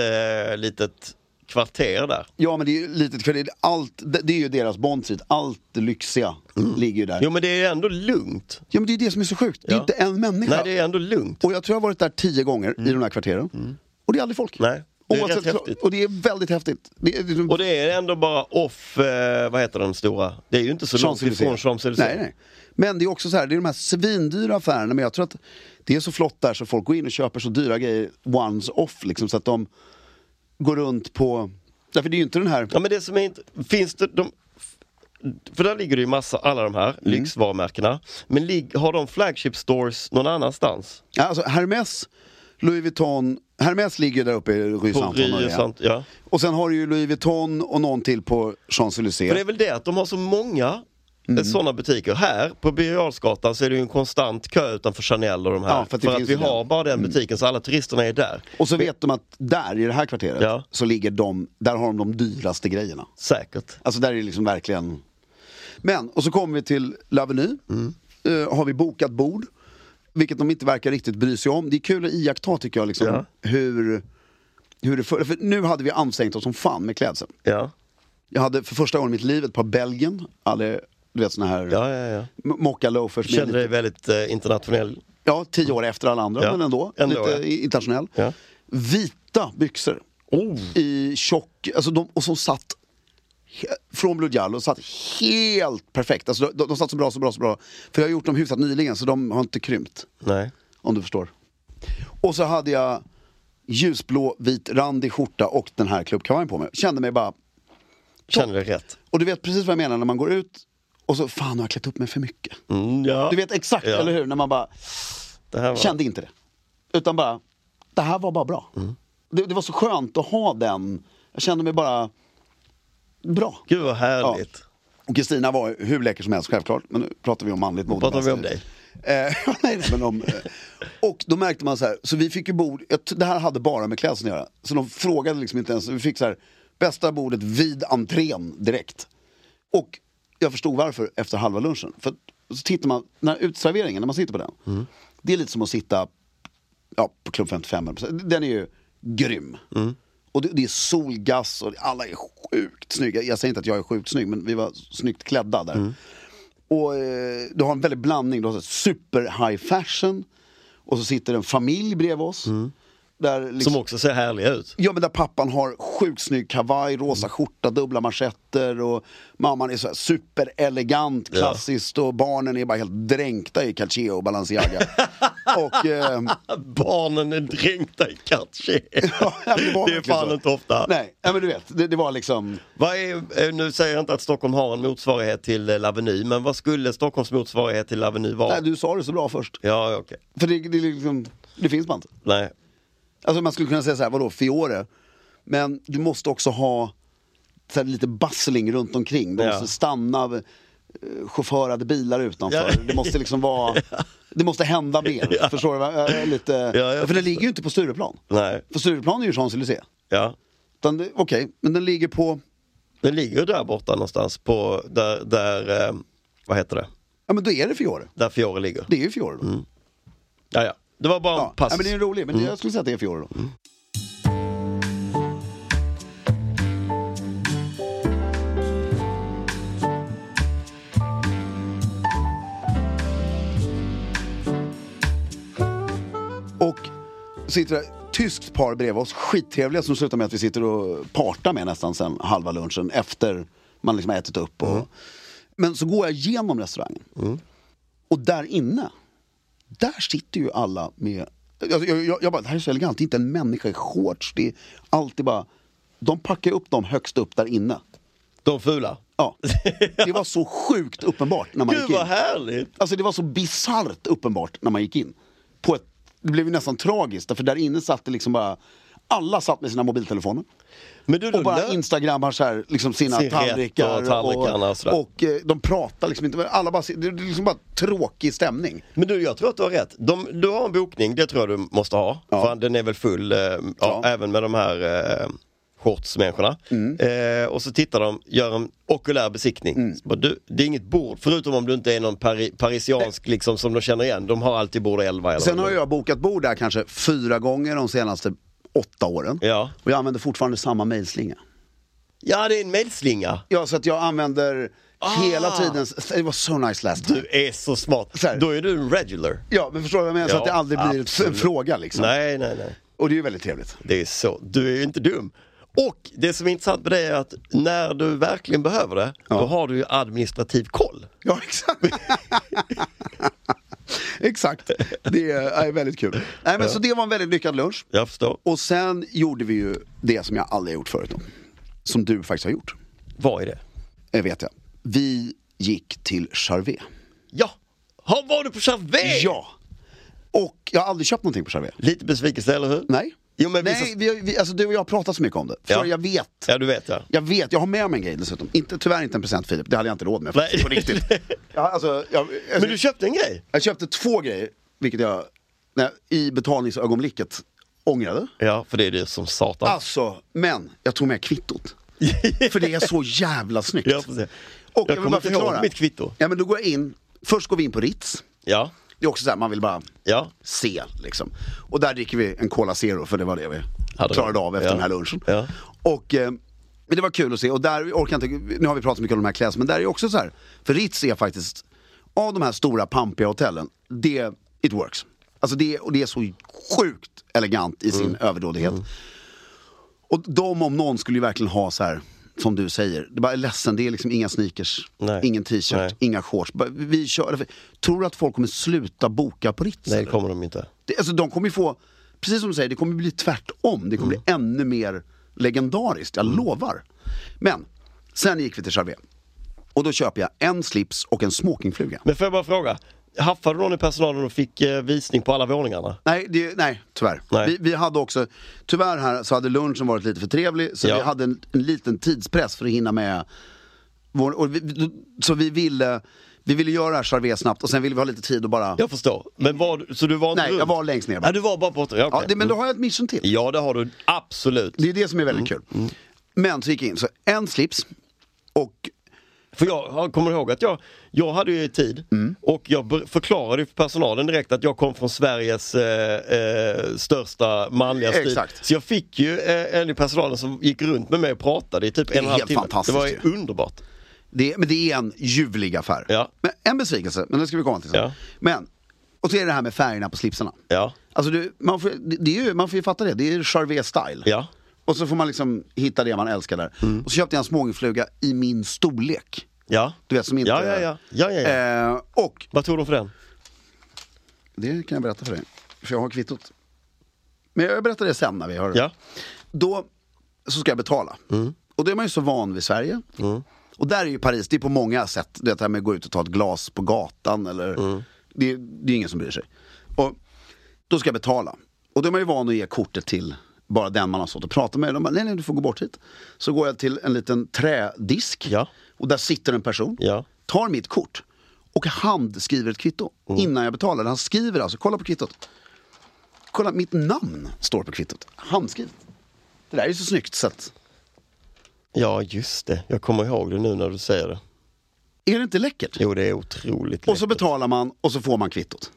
[SPEAKER 2] eh, litet kvarter där.
[SPEAKER 1] Ja, men det är ju litet, för det är allt, det det är ju deras Bond Street, allt det lyxiga ligger ju där.
[SPEAKER 2] Mm. Jo men det är ändå lugnt.
[SPEAKER 1] Ja men det är det som är så sjukt, det är
[SPEAKER 2] Ja.
[SPEAKER 1] inte en människa.
[SPEAKER 2] Nej det är ändå lugnt.
[SPEAKER 1] Och jag tror jag har varit där tio gånger i de här kvarteren. Och det är aldrig folk.
[SPEAKER 2] Mm. Nej, det är
[SPEAKER 1] Oavsett-
[SPEAKER 2] rätt häftigt.
[SPEAKER 1] Och det är väldigt häftigt. Det är, det är,
[SPEAKER 2] Och det är ändå bara off, eh, vad heter den stora? Det är ju inte så långt
[SPEAKER 1] Champs-Élysées.
[SPEAKER 2] ifrån Champs-Élysées.
[SPEAKER 1] Nej, nej. Men det är också så här, det är de här svindyra affärerna, men jag tror att det är så flott där så folk går in och köper så dyra grejer once off liksom, så att de går runt på... Därför det är ju inte den här...
[SPEAKER 2] Ja men det som är inte, finns det, de, för där ligger det ju massa, alla de här
[SPEAKER 1] Mm.
[SPEAKER 2] lyxvarumärkena. Men lig, har de flagship stores någon annanstans?
[SPEAKER 1] Ja, Alltså Hermes, Louis Vuitton, Hermes ligger ju där uppe i Rue
[SPEAKER 2] På Rio,
[SPEAKER 1] Saint-Honoré.
[SPEAKER 2] sant, ja.
[SPEAKER 1] Och sen har du ju Louis Vuitton och någon till på
[SPEAKER 2] För det
[SPEAKER 1] Champs-Élysées.
[SPEAKER 2] är väl det att de har så många
[SPEAKER 1] Mm.
[SPEAKER 2] sådana butiker. Här på Birger Jarlsgatan så är det ju en konstant kö utanför Chanel och de här.
[SPEAKER 1] Ja,
[SPEAKER 2] för
[SPEAKER 1] för
[SPEAKER 2] att,
[SPEAKER 1] att det finns
[SPEAKER 2] vi
[SPEAKER 1] ju den. Mm.
[SPEAKER 2] har bara den butiken så alla turisterna är där.
[SPEAKER 1] Och så vet de att där, i det här kvarteret,
[SPEAKER 2] Ja.
[SPEAKER 1] så ligger de, där har de de dyraste grejerna.
[SPEAKER 2] Säkert.
[SPEAKER 1] Alltså där är det liksom verkligen... Men, och så kommer vi till L'Avenue.
[SPEAKER 2] Mm.
[SPEAKER 1] Eh, har vi bokat bord. Vilket de inte verkar riktigt bry sig om. Det är kul att iaktta tycker jag, liksom,
[SPEAKER 2] Ja.
[SPEAKER 1] hur, hur det för, för nu hade vi ansträngt oss som fan med klädseln.
[SPEAKER 2] Ja,
[SPEAKER 1] Jag hade för första gången i mitt liv ett par Belgien. Aldrig, du vet såna här
[SPEAKER 2] ja, ja. ja.
[SPEAKER 1] m- mocka-loafers. med
[SPEAKER 2] Kände
[SPEAKER 1] lite-
[SPEAKER 2] dig väldigt eh, internationell.
[SPEAKER 1] Ja, tio år efter alla andra,
[SPEAKER 2] Ja.
[SPEAKER 1] men ändå.
[SPEAKER 2] Ändå,
[SPEAKER 1] lite
[SPEAKER 2] ja.
[SPEAKER 1] i- internationell.
[SPEAKER 2] Ja.
[SPEAKER 1] Vita byxor.
[SPEAKER 2] Oh.
[SPEAKER 1] I tjock, alltså de, och som satt he- från Blue Jallo, satt helt perfekt. Alltså de, de satt så bra, så bra, så bra. För jag har gjort dem hyfsat nyligen, så de har inte krympt.
[SPEAKER 2] Nej.
[SPEAKER 1] Om du förstår. Och så hade jag ljusblå, vit, randig skjorta och den här klubbkavajen på mig. Kände mig bara...
[SPEAKER 2] Kände dig rätt.
[SPEAKER 1] Och du vet precis vad jag menar när man går ut och så, fan har jag klätt upp mig för mycket.
[SPEAKER 2] Mm, ja.
[SPEAKER 1] Du vet exakt,
[SPEAKER 2] Ja.
[SPEAKER 1] eller hur? När man bara...
[SPEAKER 2] det här var...
[SPEAKER 1] Kände inte det. Utan bara, det här var bara bra.
[SPEAKER 2] Mm.
[SPEAKER 1] Det, det var så skönt att ha den. Jag kände mig bara bra.
[SPEAKER 2] Gud vad härligt.
[SPEAKER 1] Och Kristina var hur läcker som helst självklart. Men nu pratar vi om manligt mode.
[SPEAKER 2] Pratar vi om
[SPEAKER 1] mest.
[SPEAKER 2] dig?
[SPEAKER 1] Eh, nej, nej, men de, eh, och då märkte man så här, så vi fick ju bord, jag, t- det här hade bara med klädseln att göra. Så de frågade liksom inte ens, vi fick så här, bästa bordet vid entrén direkt. Och jag förstod varför efter halva lunchen. För att- så tittar man, när utserveringen, när man sitter på den.
[SPEAKER 2] Mm.
[SPEAKER 1] Det är lite som att sitta ja, på Klubb 55. eller så. Den är ju grym. Och det, det är solgas och alla är sjukt snygga. Jag säger inte att jag är sjukt snygg, men vi var snyggt klädda där. Och eh, du har en väldig blandning. Du har så här super high fashion. Och så sitter en familj bredvid oss. Där liksom,
[SPEAKER 2] Som också ser härliga ut.
[SPEAKER 1] Ja men där pappan har sjukt snygg kavaj, rosa skjorta, dubbla manschetter och mamman är så här superelegant, klassiskt och barnen är bara helt dränkta i Calcio och Balenciaga. och, eh,
[SPEAKER 2] Barnen är dränkta i Cartier.
[SPEAKER 1] ja, men var
[SPEAKER 2] det är
[SPEAKER 1] verkligen
[SPEAKER 2] fan
[SPEAKER 1] så.
[SPEAKER 2] inte ofta.
[SPEAKER 1] Nej, ja, men du vet, det, det var liksom...
[SPEAKER 2] Vad är, eh, nu säger jag inte att Stockholm har en motsvarighet till eh, L'Avenue, men vad skulle Stockholms motsvarighet till L'Avenue vara?
[SPEAKER 1] Nej, du sa det så bra först.
[SPEAKER 2] Ja, okej.
[SPEAKER 1] För det, det, är liksom, det finns bara inte.
[SPEAKER 2] Nej.
[SPEAKER 1] Alltså man skulle kunna säga så här, vadå, Fiore? Men du måste också ha så här, lite bustling runt omkring. Det
[SPEAKER 2] Ja.
[SPEAKER 1] måste stanna eh, chaufförade bilar utanför.
[SPEAKER 2] Ja.
[SPEAKER 1] Det måste liksom vara... Det måste hända mer. Förstår du? vad- eh, Lite,
[SPEAKER 2] Ja, jag
[SPEAKER 1] för den ligger ju inte på Stureplan.
[SPEAKER 2] Nej.
[SPEAKER 1] För Stureplan är ju Champs-Élysées.
[SPEAKER 2] Ja.
[SPEAKER 1] Utan det- Okej, men den ligger på...
[SPEAKER 2] Den ligger där borta någonstans på, där, där eh, vad heter det?
[SPEAKER 1] Ja men då är det Fiore.
[SPEAKER 2] Där Fiore ligger.
[SPEAKER 1] Det är ju Fiore
[SPEAKER 2] Mm.
[SPEAKER 1] då.
[SPEAKER 2] Ja, ja. Det var bara
[SPEAKER 1] Ja.
[SPEAKER 2] en
[SPEAKER 1] Ja,
[SPEAKER 2] passus.
[SPEAKER 1] men det är en rolig, men jag skulle säga att det är Fiore då. Och sitter där, tyskt par bredvid oss, skittrevliga som slutar med att vi sitter och partar med nästan sen halva lunchen efter man liksom har ätit upp. Och... Men så går jag igenom restaurangen. Och där inne, där sitter ju alla med... Alltså, jag, jag, jag bara, det här är så elegant, det är inte en människa i shorts. Det är alltid bara... De packar upp dem högst upp där inne.
[SPEAKER 2] De fula.
[SPEAKER 1] Ja. Det var så sjukt uppenbart när man
[SPEAKER 2] Gud
[SPEAKER 1] gick in.
[SPEAKER 2] vad härligt!
[SPEAKER 1] Alltså det var så bisarrt uppenbart när man gick in. På ett, det blev ju nästan tragiskt, för där inne satt det liksom bara... Alla satt med sina mobiltelefoner
[SPEAKER 2] Men du,
[SPEAKER 1] och
[SPEAKER 2] du,
[SPEAKER 1] bara
[SPEAKER 2] lö-
[SPEAKER 1] instagrammar så här, liksom sina
[SPEAKER 2] Sin rätt och
[SPEAKER 1] tallrikar.
[SPEAKER 2] tallrikarna och sådär.
[SPEAKER 1] och, eh, de pratar liksom inte, alla bara, det är liksom bara tråkig stämning.
[SPEAKER 2] men du, jag tror att du har rätt. De, du har en bokning, det tror jag du måste ha. För den är väl full, eh, ja, även med de här eh, shortsmänniskorna.
[SPEAKER 1] Mm.
[SPEAKER 2] Eh, och så tittar de, gör en okulär besiktning. Så bara, Du, det är inget bord, förutom om du inte är någon pari, parisiansk liksom, som de känner igen. De har alltid bord 11 eller
[SPEAKER 1] Sen
[SPEAKER 2] något.
[SPEAKER 1] har jag bokat bord där kanske fyra gånger de senaste åtta åren.
[SPEAKER 2] Ja.
[SPEAKER 1] Och jag använder fortfarande samma mejlslinga.
[SPEAKER 2] Ja, det är en mejlslinga.
[SPEAKER 1] Ja, så att jag använder hela tiden, det var so nice last time.
[SPEAKER 2] Ah! Du är så smart.
[SPEAKER 1] Så här.
[SPEAKER 2] Då är du en regular.
[SPEAKER 1] Ja, men förstår du vad jag menar? så
[SPEAKER 2] Ja,
[SPEAKER 1] att det aldrig blir ett- en
[SPEAKER 2] absolut.
[SPEAKER 1] fråga liksom.
[SPEAKER 2] Nej, nej, nej.
[SPEAKER 1] Och det är ju väldigt trevligt.
[SPEAKER 2] Det är så. Du är ju inte dum. Och det som är intressant med det är att när du verkligen behöver det, då har du ju administrativ koll.
[SPEAKER 1] Ja, exakt. exakt. Det är, är väldigt kul. Nej, men så det var en väldigt lyckad lunch.
[SPEAKER 2] Jag förstår.
[SPEAKER 1] Och sen gjorde vi ju det som jag aldrig har gjort förut. Då. Som du faktiskt har gjort,
[SPEAKER 2] Vad är det?
[SPEAKER 1] eh, vet jag. Vi gick till Charvet.
[SPEAKER 2] Ja! Har var du på Charvet?
[SPEAKER 1] Ja! Och jag har aldrig köpt någonting på Charvet.
[SPEAKER 2] Lite besvikelse, eller hur?
[SPEAKER 1] Nej.
[SPEAKER 2] Jo, men
[SPEAKER 1] Nej,
[SPEAKER 2] vissa...
[SPEAKER 1] vi, har- vi, alltså, du och jag har pratat så mycket om det. För
[SPEAKER 2] Ja.
[SPEAKER 1] jag vet.
[SPEAKER 2] Ja, du vet ja.
[SPEAKER 1] Jag vet, jag har med mig en grej dessutom. Inte, tyvärr inte en present Filip, det hade jag inte råd med.
[SPEAKER 2] Nej.
[SPEAKER 1] På riktigt. Ja, alltså, jag, alltså,
[SPEAKER 2] Men du köpte en grej?
[SPEAKER 1] Jag köpte två grejer, vilket jag när jag i betalningsögonblicket ångrade.
[SPEAKER 2] Ja, för det är det som satan.
[SPEAKER 1] Alltså, men jag tog med kvittot. För det är så jävla snyggt.
[SPEAKER 2] Ja, precis.
[SPEAKER 1] Och
[SPEAKER 2] Jag
[SPEAKER 1] jag, vill
[SPEAKER 2] kommer
[SPEAKER 1] bara
[SPEAKER 2] inte ihåg
[SPEAKER 1] förklara.
[SPEAKER 2] mitt kvitto.
[SPEAKER 1] Ja, men då går jag in, först går vi in på Ritz.
[SPEAKER 2] Ja,
[SPEAKER 1] Det är också så här, man vill bara
[SPEAKER 2] ja.
[SPEAKER 1] se liksom. Och där dricker vi en Cola Zero för det var det vi
[SPEAKER 2] Hade
[SPEAKER 1] klarade
[SPEAKER 2] vi.
[SPEAKER 1] av efter
[SPEAKER 2] Ja.
[SPEAKER 1] den här lunchen.
[SPEAKER 2] Ja.
[SPEAKER 1] Och eh, men det var kul att se och där orkar jag inte, nu har vi pratat mycket om de här kläderna men där är också så här, för Ritz är faktiskt, av de här stora pampiga hotellen, det, it works. Alltså det, och det är så sjukt elegant i sin
[SPEAKER 2] Mm.
[SPEAKER 1] överdådighet. Och de om någon skulle ju verkligen ha så här, som du säger, det bara är ledsen, det är liksom inga sneakers,
[SPEAKER 2] Nej.
[SPEAKER 1] ingen t-shirt,
[SPEAKER 2] Nej.
[SPEAKER 1] inga shorts. Bara, Vi kör, tror du att folk kommer sluta boka på Ritz?
[SPEAKER 2] Nej,
[SPEAKER 1] eller?
[SPEAKER 2] det kommer de inte.
[SPEAKER 1] Det, alltså, de kommer ju få, precis som du säger, det kommer bli tvärtom. Det kommer
[SPEAKER 2] Mm.
[SPEAKER 1] bli ännu mer legendariskt, jag lovar. Men, sen gick vi till Charvet. Och då köper jag en slips och en smokingfluga.
[SPEAKER 2] Men får jag bara fråga, haffade någon i personalen och fick eh, visning på alla våningarna?
[SPEAKER 1] Nej, det, nej tyvärr.
[SPEAKER 2] Nej.
[SPEAKER 1] Vi, vi hade också, tyvärr här så hade lunchen varit lite för trevlig, så
[SPEAKER 2] Ja.
[SPEAKER 1] vi hade en, en liten tidspress för att hinna med Vår, och vi, så vi ville, vi ville göra det här charvé snabbt och sen ville vi ha lite tid och bara...
[SPEAKER 2] Jag förstår. Men var, så du var inte
[SPEAKER 1] Nej,
[SPEAKER 2] runt?
[SPEAKER 1] jag var längst ner bara.
[SPEAKER 2] Ja, du var bara borta. Ja,
[SPEAKER 1] ja,
[SPEAKER 2] okej.
[SPEAKER 1] det, men då har jag ett mission till.
[SPEAKER 2] ja, det har du. Absolut.
[SPEAKER 1] Det är det som är väldigt
[SPEAKER 2] Mm.
[SPEAKER 1] kul. Men så gick jag in, så en slips och
[SPEAKER 2] För jag har- kommer ihåg att jag, jag hade ju tid
[SPEAKER 1] Mm.
[SPEAKER 2] och jag ber- förklarade ju för personalen direkt att jag kom från Sveriges eh, eh, största manliga strid.
[SPEAKER 1] Exakt.
[SPEAKER 2] Så jag fick ju eh, en i personalen som gick runt med mig och pratade i typ en och en halv
[SPEAKER 1] helt
[SPEAKER 2] timme. Det
[SPEAKER 1] fantastiskt
[SPEAKER 2] var
[SPEAKER 1] ju.
[SPEAKER 2] ju underbart.
[SPEAKER 1] Det, men det är en ljuvlig affär.
[SPEAKER 2] Ja.
[SPEAKER 1] Men en besvikelse, men den ska vi komma till sen.
[SPEAKER 2] Ja.
[SPEAKER 1] Men, och så är det det här med färgerna på slipsarna.
[SPEAKER 2] Ja.
[SPEAKER 1] Alltså du, man, får, det, det är ju, man får ju fatta det, det är ju Charvet-style.
[SPEAKER 2] Ja. Mm.
[SPEAKER 1] Och så får man liksom hitta det man älskar där. Och så köpte jag en smågingfluga i min storlek.
[SPEAKER 2] Ja.
[SPEAKER 1] Du vet som inte...
[SPEAKER 2] Ja, ja, ja. ja, ja, ja.
[SPEAKER 1] Eh, och,
[SPEAKER 2] Vad tog de för den?
[SPEAKER 1] det kan jag berätta för dig, för jag har kvittot. Men jag berättar det sen när vi har
[SPEAKER 2] Ja. Mm.
[SPEAKER 1] Då så ska jag betala. Och då är man ju så van vid Sverige. Och där är ju Paris, det är på många sätt. Du vet, Det här med att gå ut och ta ett glas på gatan eller...
[SPEAKER 2] Mm.
[SPEAKER 1] Det, det är ingen som bryr sig. Och då ska jag betala. Och då är man ju van att ge kortet till bara den man har stått och pratat med. De bara, nej nej du får gå bort hit. Så går jag till en liten trädisk.
[SPEAKER 2] Ja.
[SPEAKER 1] Och där sitter en person.
[SPEAKER 2] Ja.
[SPEAKER 1] Tar mitt kort. Och handskriver ett kvitto.
[SPEAKER 2] Mm.
[SPEAKER 1] Innan jag betalar. Han skriver alltså, kolla på kvittot. Kolla, mitt namn står på kvittot. Handskrivet. Det där är ju så snyggt så att...
[SPEAKER 2] Ja, just det. Jag kommer ihåg det nu när du säger det.
[SPEAKER 1] Är det inte läckert?
[SPEAKER 2] Jo, det är otroligt
[SPEAKER 1] Och så
[SPEAKER 2] läckert.
[SPEAKER 1] betalar man och så får man kvittot.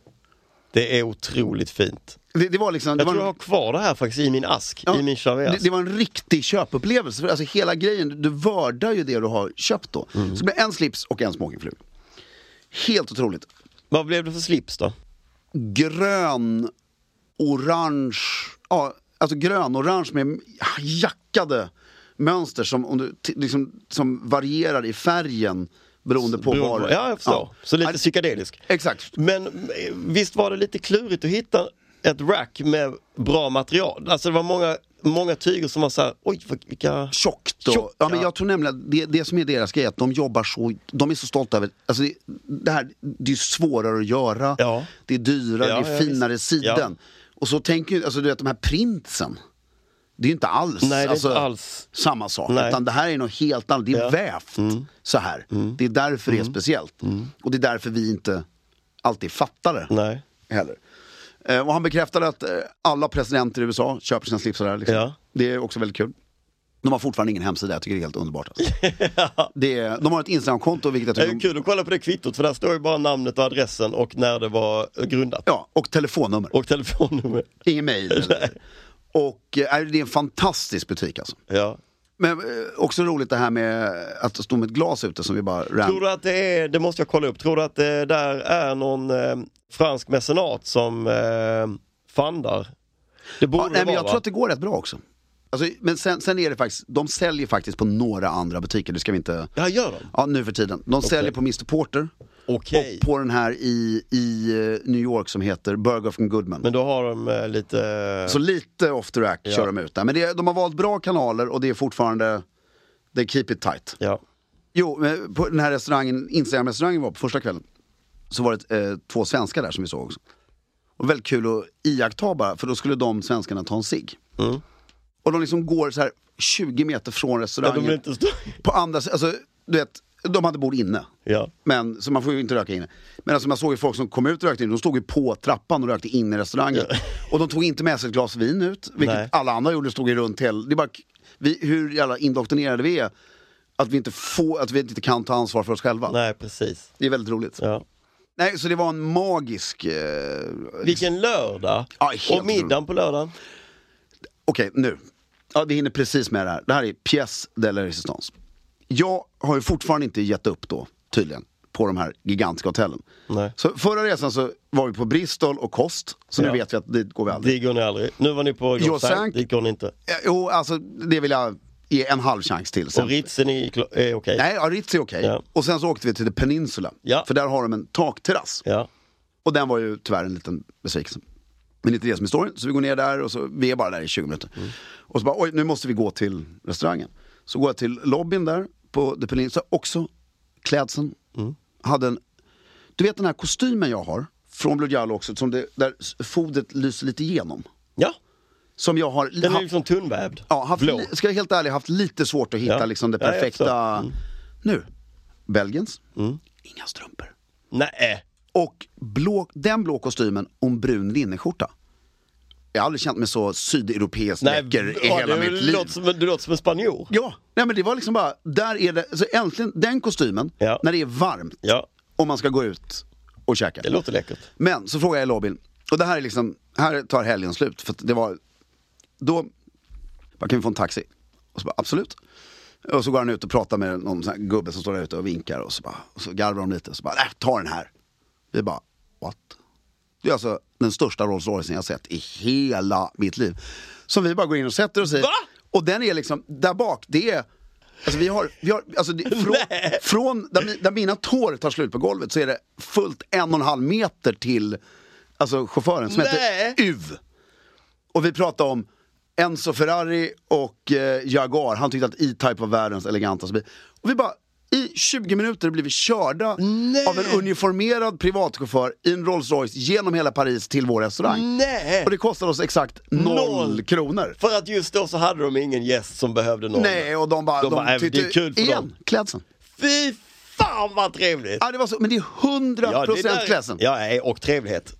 [SPEAKER 2] Det är otroligt fint.
[SPEAKER 1] Det, det var liksom... Det
[SPEAKER 2] Jag
[SPEAKER 1] var
[SPEAKER 2] tror jag
[SPEAKER 1] en,
[SPEAKER 2] har kvar det här faktiskt i min ask,
[SPEAKER 1] Ja,
[SPEAKER 2] i min
[SPEAKER 1] det,
[SPEAKER 2] Charvet.
[SPEAKER 1] det var en riktig köpupplevelse. För alltså hela grejen, du- du värdar ju det du har köpt då.
[SPEAKER 2] Mm.
[SPEAKER 1] Så det blir en slips och en smokingfluga. Helt otroligt.
[SPEAKER 2] Vad blev det för slips då?
[SPEAKER 1] Grön, orange, ja, alltså grön-orange med jackade mönster som, om du, t- liksom, som varierar i färgen beroende på
[SPEAKER 2] Beroende
[SPEAKER 1] var...
[SPEAKER 2] Ja, jag förstår. Så lite psykedelisk.
[SPEAKER 1] Exakt.
[SPEAKER 2] Men eh, visst var det lite klurigt att hitta ett rack med bra material? Alltså det var många, många tyger som var så här, oj vad- vilka...
[SPEAKER 1] Tjockt. Och,
[SPEAKER 2] Tjockt,
[SPEAKER 1] ja, men
[SPEAKER 2] ja.
[SPEAKER 1] jag tror nämligen att det, det som är deras grej är att de jobbar så, de är så stolta över, alltså det, det här, det är svårare att göra,
[SPEAKER 2] Ja.
[SPEAKER 1] det är dyrare,
[SPEAKER 2] Ja,
[SPEAKER 1] det är
[SPEAKER 2] ja,
[SPEAKER 1] finare
[SPEAKER 2] visst.
[SPEAKER 1] siden. Och så tänker ju, alltså du vet de här printsen, det är ju inte alls,
[SPEAKER 2] Nej, det är
[SPEAKER 1] alltså,
[SPEAKER 2] inte alls.
[SPEAKER 1] samma sak.
[SPEAKER 2] Nej.
[SPEAKER 1] Utan det här är något helt annat, det är
[SPEAKER 2] Ja. Mm.
[SPEAKER 1] vävt så här. Det är därför det är speciellt. Och det är därför vi inte alltid fattar det
[SPEAKER 2] Nej.
[SPEAKER 1] heller. Eh, och han bekräftade att eh, alla presidenter i USA köper sina slipsar där. Liksom.
[SPEAKER 2] Ja.
[SPEAKER 1] Det är också väldigt kul. De har fortfarande ingen hemsida, jag tycker det är helt underbart. Alltså. det är, de har ett Instagramkonto, vilket
[SPEAKER 2] Det
[SPEAKER 1] jag
[SPEAKER 2] är ju
[SPEAKER 1] tycker...
[SPEAKER 2] kul att kolla på det kvittot för där står ju bara namnet och adressen och när det var eh, grundat.
[SPEAKER 1] Ja, och telefonnummer.
[SPEAKER 2] Och telefonnummer.
[SPEAKER 1] Ingen mejl. eller- och eh, det är en fantastisk butik alltså.
[SPEAKER 2] Ja.
[SPEAKER 1] Men eh, också roligt det här med att stå med ett glas ute som vi bara ran.
[SPEAKER 2] Tror du att det är, det måste jag kolla upp, tror du att det där är någon eh, fransk mecenat som eh, fandar? Det borde
[SPEAKER 1] ja, nej, men
[SPEAKER 2] det vara
[SPEAKER 1] jag
[SPEAKER 2] va?
[SPEAKER 1] tror att det går rätt bra också. Alltså, men sen, sen är det faktiskt, de säljer faktiskt på några andra butiker, det ska vi inte...
[SPEAKER 2] Ja, gör de?
[SPEAKER 1] Ja, nu för tiden. De säljer på Mr Porter.
[SPEAKER 2] Okej.
[SPEAKER 1] Och på den här i, i eh, New York som heter Burger from Goodman.
[SPEAKER 2] Men då har de eh, lite...
[SPEAKER 1] Så lite off the rack kör de ut där. Men det, de har valt bra kanaler och det är fortfarande, they keep it tight.
[SPEAKER 2] Ja.
[SPEAKER 1] Jo, men på den här restaurangen, Instagram-restaurangen var på första kvällen. Så var det eh, två svenskar där som vi såg också. Och väldigt kul att iaktta bara, för då skulle de svenskarna ta en cigg. Och de liksom går så här 20 meter från
[SPEAKER 2] Mm. Ja, de
[SPEAKER 1] restaurangen.
[SPEAKER 2] vill inte stå...
[SPEAKER 1] På andra sidan, alltså du vet, de hade bord inne.
[SPEAKER 2] Ja.
[SPEAKER 1] Men, så man får ju inte röka inne. Men alltså man såg ju folk som kom ut och rökte in, de stod ju på trappan och rökte in i restaurangen. Och de tog inte med sig ett glas vin ut, vilket
[SPEAKER 2] Nej.
[SPEAKER 1] alla andra gjorde, stod ju runt hela... Det är bara, k- vi, hur jävla indoktrinerade vi är, att vi, inte får, att vi inte kan ta ansvar för oss själva.
[SPEAKER 2] Nej, precis.
[SPEAKER 1] Det är väldigt roligt.
[SPEAKER 2] Ja.
[SPEAKER 1] Nej, så det var en magisk... Eh,
[SPEAKER 2] Vilken lördag!
[SPEAKER 1] Ja, helt
[SPEAKER 2] och middagen på lördagen.
[SPEAKER 1] Okej, nu. Ja, vi hinner precis med det här. Det här är Pièce de la Résistance. Jag har ju fortfarande inte gett upp då, tydligen, på de här gigantiska hotellen.
[SPEAKER 2] Nej.
[SPEAKER 1] Så förra resan så var vi på Bristol och Kost, så
[SPEAKER 2] Ja.
[SPEAKER 1] nu vet vi att dit går vi aldrig.
[SPEAKER 2] Det går ni aldrig. Nu var ni på
[SPEAKER 1] Josank.
[SPEAKER 2] Josank, dit går ni inte.
[SPEAKER 1] Eh, Jo, alltså det vill jag ge en halv chans till. Sen.
[SPEAKER 2] Och Ritsen är, klo- är okej.
[SPEAKER 1] Nej, ja, Ritz är okej.
[SPEAKER 2] Ja.
[SPEAKER 1] Och sen så åkte vi till The Peninsula,
[SPEAKER 2] Ja.
[SPEAKER 1] för där har de en takterrass.
[SPEAKER 2] Ja.
[SPEAKER 1] Och den var ju tyvärr en liten besvikelse. Men det är inte det som är storyn. Så vi går ner där och så, vi är bara där i 20 minuter. Och så bara, oj nu måste vi gå till restaurangen. Så går jag till lobbyn där på The Peninsula, också klädseln. Hade en, du vet den här kostymen jag har, från Blue Jalo också, som det, där s- fodret lyser lite igenom.
[SPEAKER 2] ja,
[SPEAKER 1] Som jag har...
[SPEAKER 2] den
[SPEAKER 1] ha-
[SPEAKER 2] är liksom tunnvävd.
[SPEAKER 1] Ja, haft,
[SPEAKER 2] Blå.
[SPEAKER 1] li- ska jag helt ärligt haft lite svårt att hitta
[SPEAKER 2] Ja.
[SPEAKER 1] liksom det
[SPEAKER 2] Ja, jag Mm.
[SPEAKER 1] perfekta...
[SPEAKER 2] förstår.
[SPEAKER 1] Nu, Belgiens.
[SPEAKER 2] Mm.
[SPEAKER 1] Inga strumpor.
[SPEAKER 2] Nej.
[SPEAKER 1] Och blå, den blå kostymen och en brun linneskjorta. Jag har aldrig känt mig så sydeuropeiskt
[SPEAKER 2] Nej,
[SPEAKER 1] läcker i
[SPEAKER 2] ja,
[SPEAKER 1] hela
[SPEAKER 2] du,
[SPEAKER 1] mitt liv.
[SPEAKER 2] Låter som, du låter som en spanjor.
[SPEAKER 1] Ja, nej men det var liksom bara, där är det, så äntligen den kostymen,
[SPEAKER 2] Ja.
[SPEAKER 1] när det är varmt
[SPEAKER 2] Ja,
[SPEAKER 1] och man ska gå ut och käka.
[SPEAKER 2] det låter läckert.
[SPEAKER 1] Men så frågar jag i lobbyn, och det här är liksom, här tar helgen slut, för att det var, då, bara, kan vi få en taxi? Och så bara, absolut. Och så går han ut och pratar med någon sån här gubbe som står där ute och vinkar och så bara, och så garvar de lite och så bara, nej ta den här. Vi bara, what? Det är alltså den största Rolls Roycen jag har sett i hela mitt liv. Som vi bara går in och sätter oss i.
[SPEAKER 2] Va?
[SPEAKER 1] Och den är liksom, där bak, det är, alltså vi har, vi har alltså det, från, från där, mi- där mina tår tar slut på golvet så är det fullt en och en halv meter till, alltså chauffören som
[SPEAKER 2] Nej.
[SPEAKER 1] heter Uv. Och vi pratade om Enzo Ferrari och eh, Jaguar. Han tyckte att E-Type var världens elegantaste bil. Och vi bara, i 20 minuter blev vi körda av en uniformerad privatchaufför i en Rolls Royce genom hela Paris till vår restaurang.
[SPEAKER 2] Nej!
[SPEAKER 1] Och det kostade oss exakt noll,
[SPEAKER 2] Noll.
[SPEAKER 1] kronor.
[SPEAKER 2] För att just då så hade de ingen gäst som behövde någon.
[SPEAKER 1] Nej, och de bara...
[SPEAKER 2] De bara, "Äh, det är kul för
[SPEAKER 1] igen,
[SPEAKER 2] dem."
[SPEAKER 1] klädseln.
[SPEAKER 2] Fy fan vad trevligt!
[SPEAKER 1] Ja, det var så, men det är 100%
[SPEAKER 2] där-
[SPEAKER 1] klädseln. Ja.
[SPEAKER 2] Ja, nej, och trevlighet.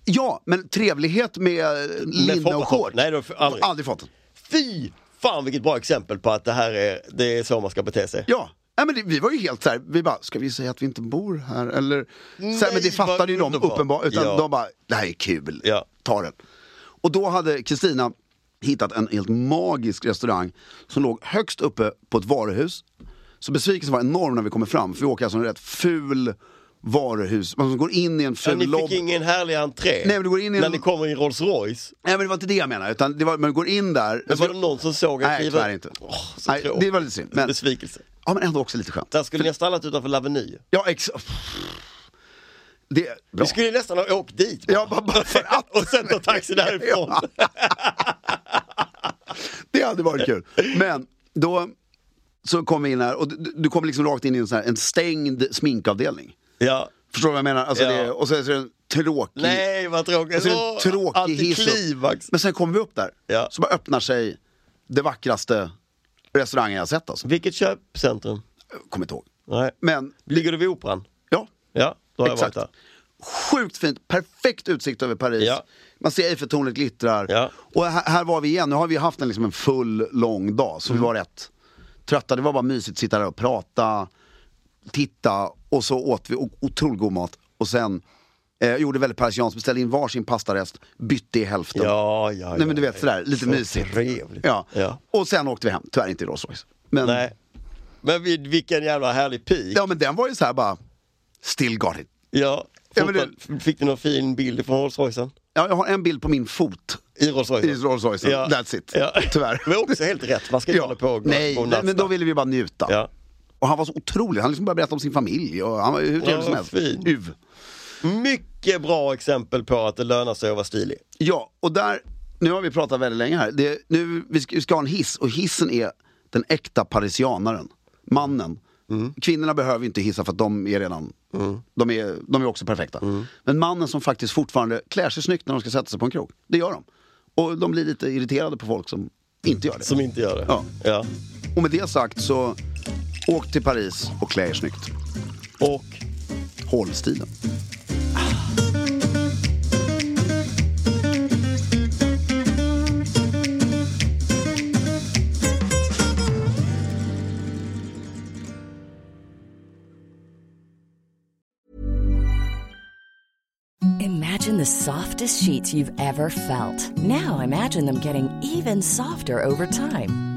[SPEAKER 1] men trevlighet med eh, linne och
[SPEAKER 2] Foppa-topp.
[SPEAKER 1] shorts.
[SPEAKER 2] Nej, det har jag aldrig.
[SPEAKER 1] Aldrig fått.
[SPEAKER 2] Fy fan vilket bra exempel på att det här är, det är så man ska bete sig.
[SPEAKER 1] Ja. Nej, men det, vi var ju helt så här, vi bara, ska vi säga att vi inte bor här? Eller, så här, men det
[SPEAKER 2] Nej, vad
[SPEAKER 1] fattade ju de
[SPEAKER 2] underbart.
[SPEAKER 1] uppenbart, utan
[SPEAKER 2] Ja.
[SPEAKER 1] de bara, det här är kul,
[SPEAKER 2] Ja.
[SPEAKER 1] ta den. Och då hade Kristina hittat en helt magisk restaurang som låg högst uppe på ett varuhus. Så besvikelsen var enorm när vi kommer fram, för vi åker alltså en rätt ful varuhus, man går in i en
[SPEAKER 2] Men
[SPEAKER 1] ful
[SPEAKER 2] ni fick
[SPEAKER 1] lobby.
[SPEAKER 2] ingen härlig entré
[SPEAKER 1] Nej, men du går in i
[SPEAKER 2] när
[SPEAKER 1] en-
[SPEAKER 2] ni kommer i Rolls Royce.
[SPEAKER 1] Nej men det var inte det jag menade, utan det var, man går in där.
[SPEAKER 2] Men var det någon som såg en
[SPEAKER 1] Nej,
[SPEAKER 2] skiva?
[SPEAKER 1] tyvärr inte.
[SPEAKER 2] Åh, så
[SPEAKER 1] Nej,
[SPEAKER 2] tråkigt.
[SPEAKER 1] det var lite synd. Men,
[SPEAKER 2] Besvikelse.
[SPEAKER 1] ja, men ändå också lite skönt.
[SPEAKER 2] Där skulle ni ha stannat utanför Laveny.
[SPEAKER 1] Ja, ex... Det är bra.
[SPEAKER 2] Vi skulle nästan ha åkt dit.
[SPEAKER 1] Ja, bara- bara för att.
[SPEAKER 2] och sen ta taxi därifrån.
[SPEAKER 1] Ja. Det hade varit kul. Men då så kom vi in här och du, du kom liksom rakt in i en, sån här, en stängd sminkavdelning.
[SPEAKER 2] ja.
[SPEAKER 1] Förstår du vad jag menar? Alltså
[SPEAKER 2] Ja.
[SPEAKER 1] det, och sen så är det en tråkig,
[SPEAKER 2] Nej, vad tråkigt.
[SPEAKER 1] och så är
[SPEAKER 2] Åh,
[SPEAKER 1] Alltså, det en tråkig hiss. upp.
[SPEAKER 2] Antiklimax.
[SPEAKER 1] Men sen kommer vi upp där,
[SPEAKER 2] Ja.
[SPEAKER 1] så bara öppnar sig det vackraste restaurangen jag har sett alltså.
[SPEAKER 2] Vilket köpcentrum?
[SPEAKER 1] Kommer inte ihåg.
[SPEAKER 2] Nej.
[SPEAKER 1] Men,
[SPEAKER 2] Ligger du vid Operan?
[SPEAKER 1] ja.
[SPEAKER 2] Ja, då har
[SPEAKER 1] Exakt.
[SPEAKER 2] jag varit där.
[SPEAKER 1] Sjukt fint, perfekt utsikt över Paris.
[SPEAKER 2] Ja.
[SPEAKER 1] Man ser Eiffeltornet glittrar.
[SPEAKER 2] Ja.
[SPEAKER 1] Och här, här var vi igen, nu har vi haft en, liksom en full lång dag så
[SPEAKER 2] Mm.
[SPEAKER 1] vi var rätt trötta. Det var bara mysigt att sitta där och prata, titta och så åt vi o- otroligt god mat. Och sen eh, gjorde väldigt parisianskt, beställde in varsin pastarest, bytte i hälften.
[SPEAKER 2] Ja, ja, ja.
[SPEAKER 1] Nej men du vet sådär, lite
[SPEAKER 2] Så
[SPEAKER 1] mysigt.
[SPEAKER 2] trevligt.
[SPEAKER 1] Ja.
[SPEAKER 2] Ja.
[SPEAKER 1] Och sen åkte vi hem, tyvärr inte i Rolls Royce. Men,
[SPEAKER 2] Nej. Men vid, vilken jävla härlig pik.
[SPEAKER 1] Ja men den var ju så här bara, still got it.
[SPEAKER 2] Ja.
[SPEAKER 1] Ja, men det-
[SPEAKER 2] Fotboll- Fick du någon fin bild från Rolls Roycen?
[SPEAKER 1] Ja, jag har en bild på min fot
[SPEAKER 2] I Rolls Roycen?
[SPEAKER 1] I Rolls Roycen, that's it. Tyvärr.
[SPEAKER 2] Men också helt rätt, man ska inte hålla på och gå-
[SPEAKER 1] Nej,
[SPEAKER 2] gå och
[SPEAKER 1] nej, men då
[SPEAKER 2] nasta.
[SPEAKER 1] ville vi bara njuta.
[SPEAKER 2] Ja.
[SPEAKER 1] Och han var så otrolig, han liksom började berätta om sin familj och han var hur trevlig
[SPEAKER 2] Ja,
[SPEAKER 1] som helst.
[SPEAKER 2] fin.
[SPEAKER 1] Uv.
[SPEAKER 2] Mycket bra exempel på att det lönar sig att vara stilig.
[SPEAKER 1] Ja, och där, nu har vi pratat väldigt länge här. Det, nu, vi, ska, vi ska ha en hiss och hissen är den äkta parisianaren, mannen.
[SPEAKER 2] Mm.
[SPEAKER 1] Kvinnorna behöver inte hissa för att de är redan, de, är, de är också perfekta.
[SPEAKER 2] Mm.
[SPEAKER 1] Men mannen som faktiskt fortfarande klär sig snyggt när de ska sätta sig på en krog, det gör de. Och de blir lite irriterade på folk som inte gör det.
[SPEAKER 2] Som inte gör det.
[SPEAKER 1] Ja.
[SPEAKER 2] ja.
[SPEAKER 1] Och med det sagt så, åk till Paris och klä er snyggt.
[SPEAKER 2] Och
[SPEAKER 1] Håll stilen.
[SPEAKER 4] Imagine the softest sheets you've ever felt. Now imagine them getting even softer over time.